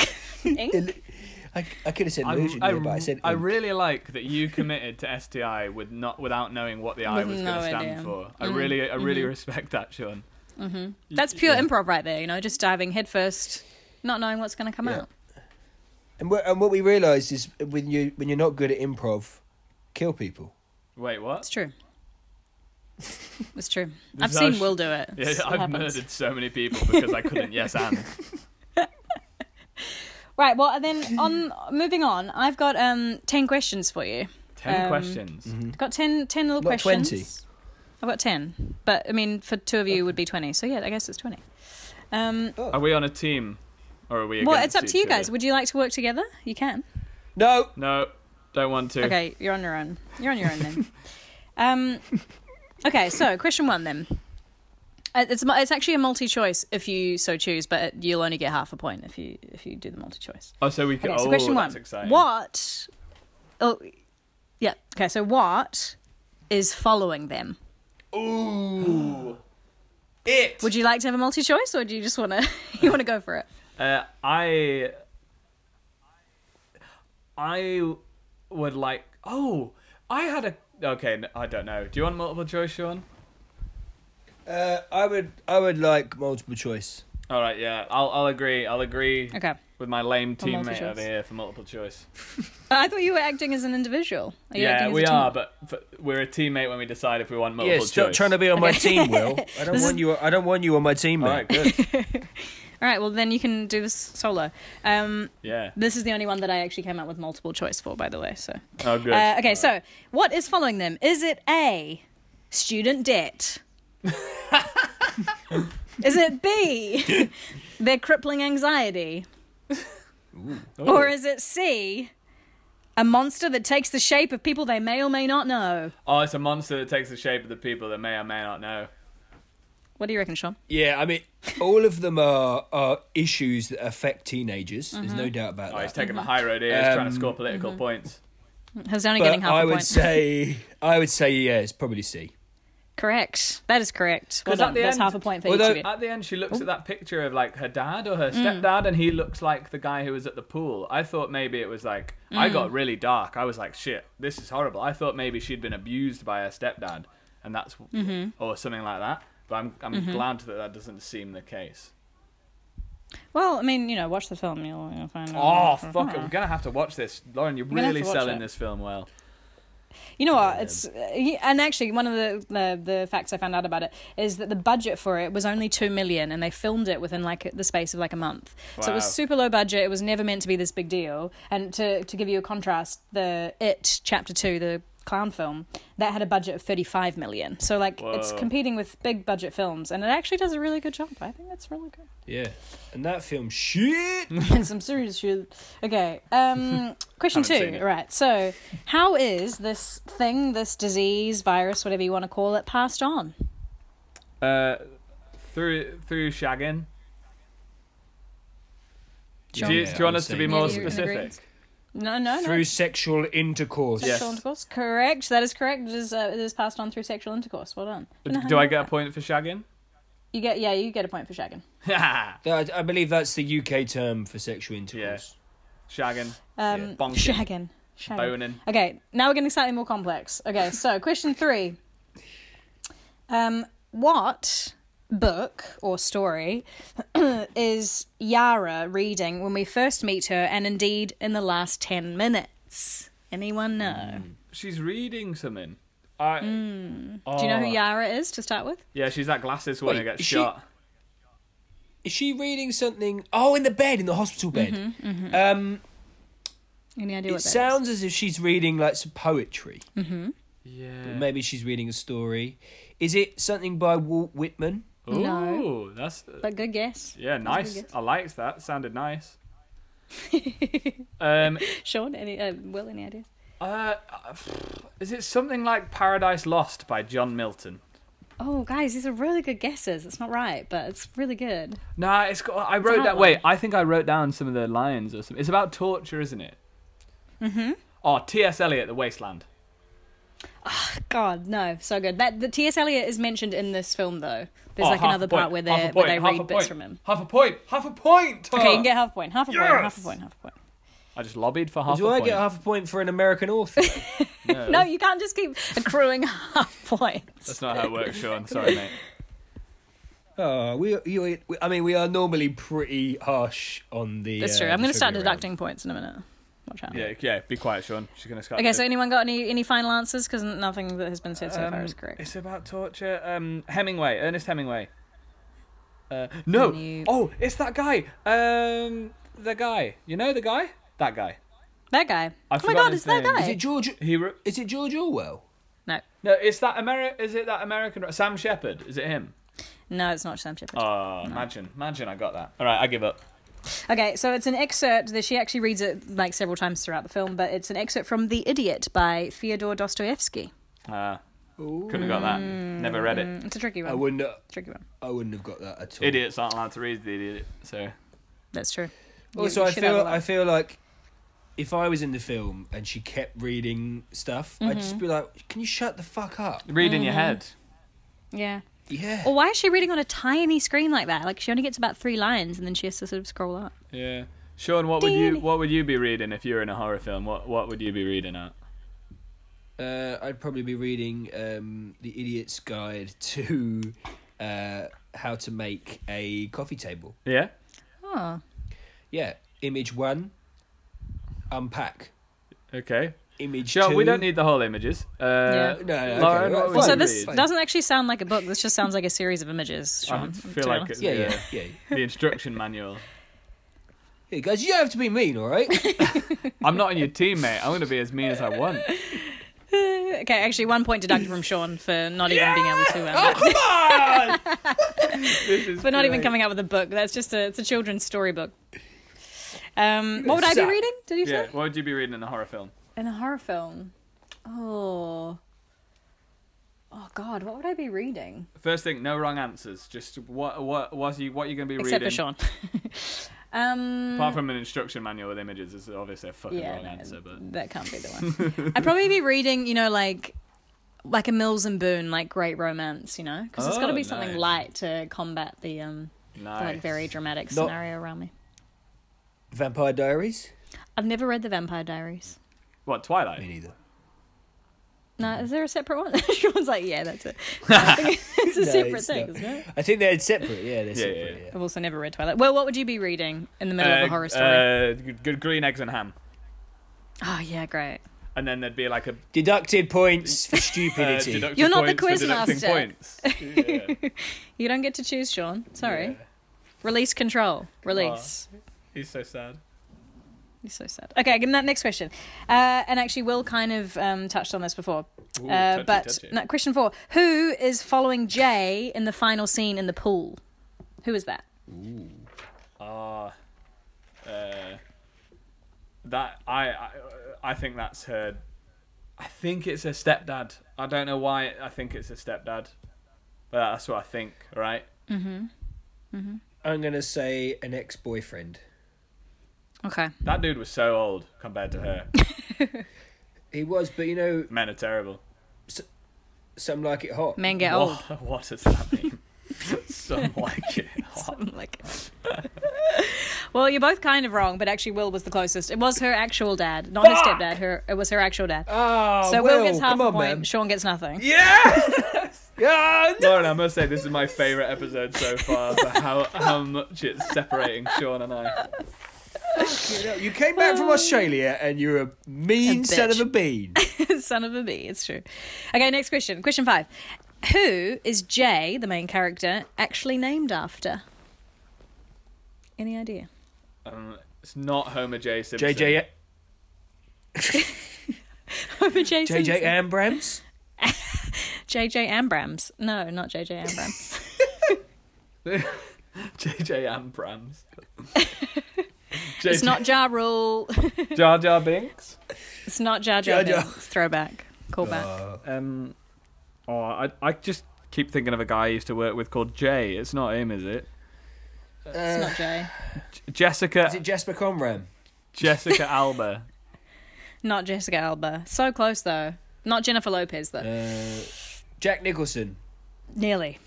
Speaker 3: Think.
Speaker 1: Ill- I, I could have said illusion, there, but I said
Speaker 2: I
Speaker 1: ink.
Speaker 2: really like that you committed to STI with not without knowing what the I
Speaker 3: With
Speaker 2: was
Speaker 3: no
Speaker 2: going to stand
Speaker 3: idea. Mm-hmm.
Speaker 2: for. I really, I really respect that, Sean.
Speaker 3: That's pure improv right there, you know, just diving headfirst, not knowing what's going to come
Speaker 1: Yeah.
Speaker 3: out.
Speaker 1: and, wh- and what we realised is when you when you're not good at improv, kill people.
Speaker 2: Wait,
Speaker 3: It's
Speaker 2: what?
Speaker 3: true. It's true.
Speaker 2: This
Speaker 3: I've
Speaker 2: is how
Speaker 3: seen
Speaker 2: sh-
Speaker 3: Will do it.
Speaker 2: Yeah,
Speaker 3: It's- it
Speaker 2: I've
Speaker 3: happens.
Speaker 2: murdered so many people because I couldn't yes and.
Speaker 3: Right. Well, and then on moving on, I've got um ten questions for you.
Speaker 2: Ten
Speaker 3: Um,
Speaker 2: questions.
Speaker 3: I've got 10, 10 little
Speaker 1: Not
Speaker 3: questions.
Speaker 1: 20.
Speaker 3: I've got ten, but I mean, for two of you would be twenty. So yeah, I guess it's twenty. Um,
Speaker 2: Are we on a team, or are we?
Speaker 3: well, it's
Speaker 2: against
Speaker 3: up to you
Speaker 2: each other?
Speaker 3: guys. Would you like to work together? You can.
Speaker 1: No,
Speaker 2: No, don't want to.
Speaker 3: Okay, you're on your own. You're on your own then. um, okay, so question one then. Uh, It's mu- it's actually a multi choice if you so choose, but it- you'll only get half a point if you if you do the multi choice.
Speaker 2: Oh, so we can.
Speaker 3: Okay,
Speaker 2: oh,
Speaker 3: so question
Speaker 2: that's
Speaker 3: one.
Speaker 2: exciting.
Speaker 3: What? Oh, yeah. Okay, so what is following them?
Speaker 2: It.
Speaker 3: Would you like to have a multi choice, or do you just want to you want to go for it?
Speaker 2: Uh, I. I would like. Oh, I had a. Okay, n- I don't know. Do you want multiple choice, Sean?
Speaker 1: uh, I would I would like multiple choice.
Speaker 2: All right, yeah, I'll I'll agree. I'll agree
Speaker 3: Okay.
Speaker 2: with my lame teammate
Speaker 3: multi-choice.
Speaker 2: over here for multiple choice.
Speaker 3: I thought you were acting as an individual. Are you acting
Speaker 2: yeah,
Speaker 3: as
Speaker 2: we
Speaker 3: a team?
Speaker 2: are, but f we're a teammate when we decide if we want multiple
Speaker 1: Yeah,
Speaker 2: choice.
Speaker 1: stop trying to be on my team, Will. I don't want you. I don't want you on my team,
Speaker 2: All
Speaker 1: mate.
Speaker 2: right, good.
Speaker 3: All right. Well, then you can do this solo. Um,
Speaker 2: Yeah.
Speaker 3: This is the only one that I actually came up with multiple choice for, by the way. So,
Speaker 2: Oh, good.
Speaker 3: uh, okay. So, what is following them? Is it A, student debt? is it B, their crippling anxiety? Or
Speaker 1: Oh.
Speaker 3: is it C, a monster that takes the shape of people they may or may not know?
Speaker 2: Oh, it's a monster that takes the shape of the people that may or may not know.
Speaker 3: What do you reckon, Sean?
Speaker 1: Yeah, I mean, all of them are are issues that affect teenagers. There's no doubt about
Speaker 2: Oh, he's
Speaker 1: that.
Speaker 2: taking
Speaker 3: Mm-hmm.
Speaker 2: the high road here. He's trying
Speaker 1: Um,
Speaker 2: to score political points.
Speaker 3: Has only
Speaker 1: But
Speaker 3: getting half
Speaker 1: I
Speaker 3: a
Speaker 1: would
Speaker 3: point.
Speaker 1: say, I would say, yeah, it's probably C.
Speaker 3: correct. That is correct. Well
Speaker 2: 'Cause at
Speaker 3: done.
Speaker 2: the
Speaker 3: That's
Speaker 2: end-
Speaker 3: half a point for each
Speaker 1: although-
Speaker 3: of you. Oh. Mm.
Speaker 2: At the end, she looks at that picture of like her dad or her stepdad, and he looks like the guy who was at the pool. I thought maybe it was like I
Speaker 3: Mm.
Speaker 2: got really dark. I was like, shit, this is horrible. I thought maybe she'd been abused by her stepdad, and that's
Speaker 3: Mm-hmm.
Speaker 2: or something like that. But I'm I'm glad that that doesn't seem the case.
Speaker 3: Well, I mean, you know, watch the film. You'll, you'll find
Speaker 2: Oh
Speaker 3: out.
Speaker 2: fuck it, we're gonna have to watch this, Lauren. You're
Speaker 3: gonna have
Speaker 2: really
Speaker 3: to watch
Speaker 2: selling
Speaker 3: it.
Speaker 2: this film well.
Speaker 3: You know what? It's uh, y- and actually one of the, the the facts I found out about it is that the budget for it was only two million, and they filmed it within like the space of like a month. So it
Speaker 2: Wow.
Speaker 3: was super low budget. It was never meant to be this big deal. And to to give you a contrast, the It Chapter Two, the clown film, that had a budget of thirty five million. So like it's
Speaker 2: Whoa.
Speaker 3: competing with big budget films, and it actually does a really good job. I think that's really good.
Speaker 1: Yeah, and that film, shit.
Speaker 3: and some serious shit. Okay. Um, question
Speaker 2: Haven't seen
Speaker 3: two.
Speaker 2: it.
Speaker 3: Right. So, how is this thing, this disease, virus, whatever you want to call it, passed on?
Speaker 2: Uh, through through shagging.
Speaker 3: Sean?
Speaker 2: do you,
Speaker 1: Yeah,
Speaker 2: do you want
Speaker 1: I
Speaker 2: us to
Speaker 1: would
Speaker 2: be
Speaker 1: say-
Speaker 2: more
Speaker 3: Yeah, you- in
Speaker 2: specific?
Speaker 3: agreement. No, no, no.
Speaker 1: Through sexual intercourse.
Speaker 2: Yeah.
Speaker 3: Sexual
Speaker 2: yes.
Speaker 3: intercourse. Correct. That is correct. It is, uh, it is passed on through sexual intercourse. Well done. Don't know how
Speaker 2: Do
Speaker 3: you
Speaker 2: I
Speaker 3: know
Speaker 2: get a
Speaker 3: that.
Speaker 2: point for shagging?
Speaker 3: You get. Yeah, you get a point for shagging.
Speaker 1: That- I believe that's the UK term for sexual intercourse.
Speaker 2: Shagging.
Speaker 3: Um,
Speaker 2: bonking.
Speaker 3: shagging. Shagging.
Speaker 2: Boning.
Speaker 3: Okay, now we're getting slightly more complex. Okay, so question three. Um, what book or story is Yara reading when we first meet her and indeed in the last 10 minutes? Anyone know?
Speaker 2: She's reading something. I,
Speaker 3: Do you know who
Speaker 2: Oh.
Speaker 3: Yara is to start with?
Speaker 2: Yeah, she's that glasses one who
Speaker 1: Wait,
Speaker 2: gets
Speaker 1: is she-
Speaker 2: shot.
Speaker 1: Is she reading something? Oh, in the bed, in the hospital bed.
Speaker 3: Mm-hmm,
Speaker 1: Um,
Speaker 3: Any idea
Speaker 1: it
Speaker 3: what that is? Mm-hmm.
Speaker 1: sounds as if she's reading like some poetry.
Speaker 2: Yeah.
Speaker 1: Maybe she's reading a story. Is it something by Walt Whitman?
Speaker 2: Ooh,
Speaker 3: No.
Speaker 2: that's
Speaker 3: But good guess.
Speaker 2: yeah, nice.
Speaker 3: good guess.
Speaker 2: I liked that. Sounded nice. um,
Speaker 3: Sean, any, uh, Will, any ideas?
Speaker 2: uh, is it something like Paradise Lost by John Milton?
Speaker 3: Oh, guys, these are really good guesses. It's not right, but it's really good.
Speaker 2: Nah, it's got. I wrote
Speaker 3: hard
Speaker 2: that. Wait, I think I wrote down some of the lines or something. It's about torture, isn't it? Mm-hmm. Oh, T. S. Eliot, The Wasteland.
Speaker 3: God, no, so good. That the T.S. Eliot is mentioned in this film though. There's
Speaker 2: Oh,
Speaker 3: like
Speaker 2: half
Speaker 3: another
Speaker 2: a point,
Speaker 3: part where
Speaker 2: half
Speaker 3: they
Speaker 2: a
Speaker 3: where
Speaker 2: point,
Speaker 3: they
Speaker 2: half a
Speaker 3: read bits
Speaker 2: point,
Speaker 3: from him.
Speaker 2: Half a point. Half a point.
Speaker 3: Okay, you
Speaker 2: Ah!
Speaker 3: can get half a point, half a point, half a
Speaker 2: Yes!
Speaker 3: point, half a point.
Speaker 2: I just lobbied for half
Speaker 1: Do
Speaker 2: a
Speaker 1: I
Speaker 2: point.
Speaker 1: get half a point for an American author?
Speaker 3: No, you can't just keep accruing half points.
Speaker 2: That's not how it works, Sean. Sorry, mate.
Speaker 1: oh, we, you, we, I mean, we are normally pretty harsh on the.
Speaker 3: That's
Speaker 1: uh,
Speaker 3: true. I'm
Speaker 1: the
Speaker 3: going to start
Speaker 1: trivia round.
Speaker 3: deducting points in a minute. Watch out.
Speaker 2: Yeah, yeah. Be quiet, Sean. She's gonna start.
Speaker 3: Okay, so anyone got any any final answers? Because nothing that has been said so far is correct.
Speaker 2: Um, It's about torture. Um, Hemingway, Ernest Hemingway. Uh, no.
Speaker 3: Nope.
Speaker 2: Oh, it's that guy. Um, the guy. You know the guy? That guy.
Speaker 3: That guy.
Speaker 2: I've
Speaker 3: oh my
Speaker 2: forgotten
Speaker 3: god,
Speaker 2: his
Speaker 3: it's that
Speaker 2: name.
Speaker 3: guy.
Speaker 1: Is it George?
Speaker 2: He. Re-
Speaker 1: Is it George Orwell?
Speaker 3: no,
Speaker 2: no, it's that Ameri- Is it that American? Sam Shepard. Is it him?
Speaker 3: no, it's not Sam Shepard.
Speaker 2: Oh, imagine, imagine I got that. All right, I give up.
Speaker 3: Okay, so it's an excerpt that she actually reads it like several times throughout the film, but it's an excerpt from The Idiot by Fyodor Dostoevsky.
Speaker 2: Uh, could have got that. Never read it.
Speaker 3: It's a tricky one.
Speaker 1: I wouldn't.
Speaker 3: Tricky one.
Speaker 1: I wouldn't have got that at all.
Speaker 2: Idiots aren't allowed to read the idiot. So
Speaker 3: That's true. You-
Speaker 1: Also,
Speaker 3: you
Speaker 1: I
Speaker 3: should have a
Speaker 1: feel
Speaker 3: lot.
Speaker 1: I feel like if I was in the film and she kept reading stuff, I'd just be like, "Can you shut the fuck up?"
Speaker 2: read in
Speaker 3: Mm.
Speaker 2: your head.
Speaker 3: Yeah.
Speaker 1: Yeah.
Speaker 3: Or why is she reading on a tiny screen like that? Like she only gets about three lines and then she has to sort of scroll up.
Speaker 2: Yeah. Sean, what would you
Speaker 3: Danny.
Speaker 2: what would you be reading if you were in a horror film? What what would you be reading at?
Speaker 1: Uh, I'd probably be reading um, the Idiot's Guide to uh, how to make a coffee table.
Speaker 2: Yeah.
Speaker 3: Oh.
Speaker 1: Yeah. Image one. Unpack.
Speaker 2: Okay.
Speaker 1: Image
Speaker 2: Sure,
Speaker 1: two.
Speaker 2: we don't need the whole images. Uh,
Speaker 3: Yeah.
Speaker 1: No, no, okay,
Speaker 2: Lauren,
Speaker 1: right,
Speaker 2: what would
Speaker 1: fine.
Speaker 2: you
Speaker 3: So
Speaker 2: Fine.
Speaker 3: this
Speaker 1: Fine.
Speaker 3: doesn't actually sound like a book. This just sounds like a series of images.
Speaker 2: I
Speaker 3: Sean,
Speaker 2: feel
Speaker 3: to
Speaker 2: like
Speaker 3: be honest.
Speaker 2: it's
Speaker 1: Yeah,
Speaker 2: the,
Speaker 1: yeah, yeah.
Speaker 2: the instruction manual.
Speaker 1: Hey guys, you don't have to be mean, all right?
Speaker 2: I'm not on your team, mate. I'm gonna be as mean as I want.
Speaker 3: Okay, actually, one point deducted from Sean for not even being able to, um,
Speaker 2: This is
Speaker 3: for not even
Speaker 2: great.
Speaker 3: coming up with a book. That's just a it's a children's storybook. Um, what would I be
Speaker 1: Suck.
Speaker 3: reading? Did you
Speaker 2: Yeah.
Speaker 3: say
Speaker 2: What would you be reading in a horror film?
Speaker 3: in a horror film? Oh, oh God, what would I be reading?
Speaker 2: First thing, no wrong answers. Just what what was you what you gonna be
Speaker 3: Except
Speaker 2: reading?
Speaker 3: for Sean. um,
Speaker 2: Apart from an instruction manual with images, is obviously a fucking
Speaker 3: yeah,
Speaker 2: wrong
Speaker 3: no,
Speaker 2: answer. But
Speaker 3: that can't be the one. I'd probably be reading, you know, like like a Mills and Boone, like Great Romance, you know, because it's got to
Speaker 2: Oh,
Speaker 3: be something
Speaker 2: nice.
Speaker 3: light to combat the um the,
Speaker 2: nice.
Speaker 3: like very dramatic
Speaker 1: Not-
Speaker 3: scenario around me.
Speaker 1: Vampire Diaries.
Speaker 3: I've never read the Vampire Diaries.
Speaker 2: What Twilight?
Speaker 1: Me neither.
Speaker 3: No, is there a separate one? Sean's like, yeah, that's it. No, I think it's a
Speaker 1: No,
Speaker 3: separate
Speaker 1: it's
Speaker 3: thing,
Speaker 1: not.
Speaker 3: isn't it?
Speaker 1: I think they're separate. Yeah, they're
Speaker 2: yeah,
Speaker 1: separate.
Speaker 2: yeah.
Speaker 1: Yeah.
Speaker 3: I've also never read Twilight. Well, what would you be reading in the middle of a horror story?
Speaker 2: Uh, good, good green eggs and ham,
Speaker 3: oh yeah, great.
Speaker 2: and then there'd be like a
Speaker 1: Deducted points for
Speaker 2: uh,
Speaker 1: stupidity.
Speaker 2: deducted
Speaker 3: You're not the
Speaker 2: points for
Speaker 3: quiz
Speaker 2: deducting
Speaker 3: master.
Speaker 2: points. Yeah.
Speaker 3: You don't get to choose, Sean. Sorry. Release control.
Speaker 2: Oh.
Speaker 3: Release.
Speaker 2: He's so sad.
Speaker 3: You're so sad. Okay, give me that next question. Uh, and actually, Will kind of um, touched on this before.
Speaker 2: Ooh,
Speaker 3: uh,
Speaker 2: touchy,
Speaker 3: but
Speaker 2: touchy.
Speaker 3: No, question four: Who is following Jay in the final scene in the pool? Who is that?
Speaker 2: Ah, uh, that I, I I think that's her. I think it's her stepdad. I don't know why. I think it's her stepdad, but that's what I think. Right?
Speaker 1: I'm gonna say an ex-boyfriend.
Speaker 3: Okay.
Speaker 2: That dude was so old compared to her.
Speaker 1: He was, but you know,
Speaker 2: Men are terrible.
Speaker 1: some like it hot.
Speaker 3: Men get old.
Speaker 2: What, what does that mean? Some like it.
Speaker 3: I'm like, well, you're both kind of wrong, but actually, Will was the closest. It was her actual dad, not her
Speaker 2: Fuck!
Speaker 3: stepdad. Her, it was her actual dad.
Speaker 1: Oh,
Speaker 3: so Will gets half
Speaker 1: come
Speaker 3: a
Speaker 1: on,
Speaker 3: point.
Speaker 1: man.
Speaker 3: Sean gets nothing.
Speaker 1: Ah, no.
Speaker 2: Lauren, I must say this is my favourite episode so far. For how how much it's separating Sean and I.
Speaker 1: You came back from Australia and you're a mean
Speaker 3: Oh. A
Speaker 1: son of
Speaker 3: bitch.
Speaker 1: a bean.
Speaker 3: Son of a bee. It's true. Okay, next question. Question five. Who is Jay, the main character, actually named after? Any idea?
Speaker 2: Um, it's not Homer J Simpson.
Speaker 1: JJ,
Speaker 3: Homer J.
Speaker 1: JJ
Speaker 3: Simpson.
Speaker 1: Ambrams.
Speaker 3: JJ Ambrams. No, not JJ Ambrams.
Speaker 2: JJ Ambrams.
Speaker 3: it's not Ja Rule.
Speaker 2: Jar Jar Binks.
Speaker 3: It's not Jar Jar.
Speaker 1: Jar Jar.
Speaker 3: Binks. Throwback. Callback.
Speaker 2: Um, oh, I I just keep thinking of a guy I used to work with called Jay. It's not him, is it?
Speaker 3: it's not Jay.
Speaker 2: Jessica
Speaker 1: Is it Jasper Conram?
Speaker 2: Jessica Alba.
Speaker 3: Not Jessica Alba. So close though. Not Jennifer Lopez though.
Speaker 1: Uh, Jack Nicholson.
Speaker 3: Nearly.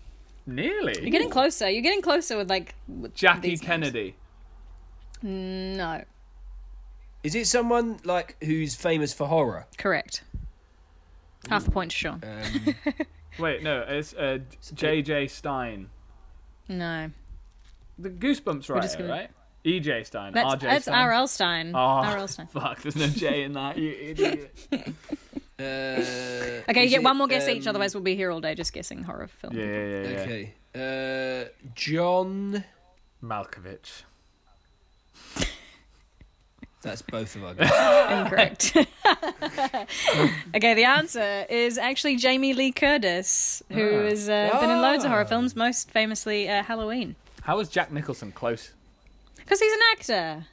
Speaker 2: Nearly.
Speaker 3: You're getting closer. You're getting closer with like with
Speaker 2: Jackie
Speaker 3: these names.
Speaker 2: Kennedy.
Speaker 3: No,
Speaker 1: Is it someone like who's famous for horror?
Speaker 3: correct. Half a point to Sean.
Speaker 1: Um,
Speaker 2: Wait, no, it's uh, J.J. Stein.
Speaker 3: No,
Speaker 2: The Goosebumps writer,
Speaker 3: gonna-
Speaker 2: right? E.J. Stein.
Speaker 3: that's
Speaker 2: R.J.
Speaker 3: that's
Speaker 2: Stein.
Speaker 3: R.L. Stein.
Speaker 1: Ah.
Speaker 2: Oh,
Speaker 3: R.L. Stein.
Speaker 2: fuck, there's no J in that, you idiot.
Speaker 1: uh,
Speaker 3: Okay, you
Speaker 1: is
Speaker 3: get
Speaker 1: it,
Speaker 3: one more guess each.
Speaker 1: um,
Speaker 3: Otherwise, we'll be here all day just guessing horror film.
Speaker 2: yeah, yeah, yeah. yeah.
Speaker 1: Okay. Uh, John.
Speaker 2: Malkovich.
Speaker 1: That's both of our guys.
Speaker 3: Incorrect. okay, the answer is actually Jamie Lee Curtis, who
Speaker 1: Ah.
Speaker 3: has uh, been in loads of horror films, most famously uh, Halloween,
Speaker 2: How was Jack Nicholson close?
Speaker 3: because he's an actor.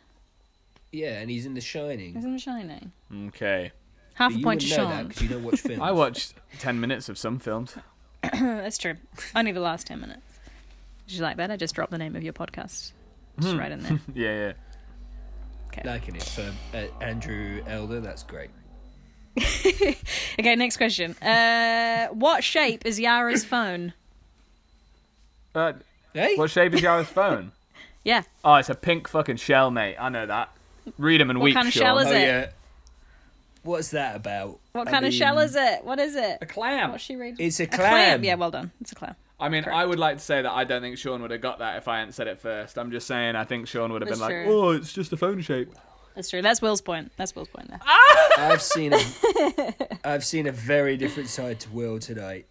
Speaker 1: yeah, and he's in The
Speaker 3: He's
Speaker 1: Shining.
Speaker 3: in The Shining.
Speaker 2: Okay.
Speaker 3: Half
Speaker 1: But
Speaker 3: a
Speaker 1: you
Speaker 3: point
Speaker 1: would
Speaker 3: to
Speaker 1: know
Speaker 3: Sean.
Speaker 1: because you don't watch films.
Speaker 2: I watched 10 minutes of some films.
Speaker 3: That's true. Only the last 10 minutes. Did you like that? I just dropped the name of your podcast.
Speaker 1: Hmm.
Speaker 3: Just right in there.
Speaker 2: Yeah, yeah.
Speaker 1: liking it. So uh, Andrew Elder, that's great.
Speaker 3: Okay, next question. Uh, what shape is Yara's phone?
Speaker 2: Uh,
Speaker 1: Hey,
Speaker 2: what shape is Yara's phone?
Speaker 3: Yeah.
Speaker 2: Oh, it's a pink fucking shell, mate. I know that. Read 'em and
Speaker 3: What
Speaker 2: weep,
Speaker 3: kind of
Speaker 2: Sean.
Speaker 3: shell is
Speaker 1: oh
Speaker 3: it?
Speaker 1: yeah. What's that about?
Speaker 3: What
Speaker 1: I
Speaker 3: kind of shell
Speaker 1: mean,
Speaker 3: is it? What is it?
Speaker 2: A clam.
Speaker 3: What's she reading?
Speaker 1: It's a
Speaker 3: A
Speaker 1: clam.
Speaker 3: clam. Yeah, well done. It's a clam.
Speaker 2: I mean, I would like to say that I don't think Sean would have got that if I hadn't said it first. I'm just saying, I think Sean would have
Speaker 3: That's
Speaker 2: been like,
Speaker 3: true.
Speaker 2: oh, it's just a phone shape.
Speaker 3: That's true. That's Will's point. That's Will's point there.
Speaker 1: I've seen a, I've seen a very different side to Will tonight,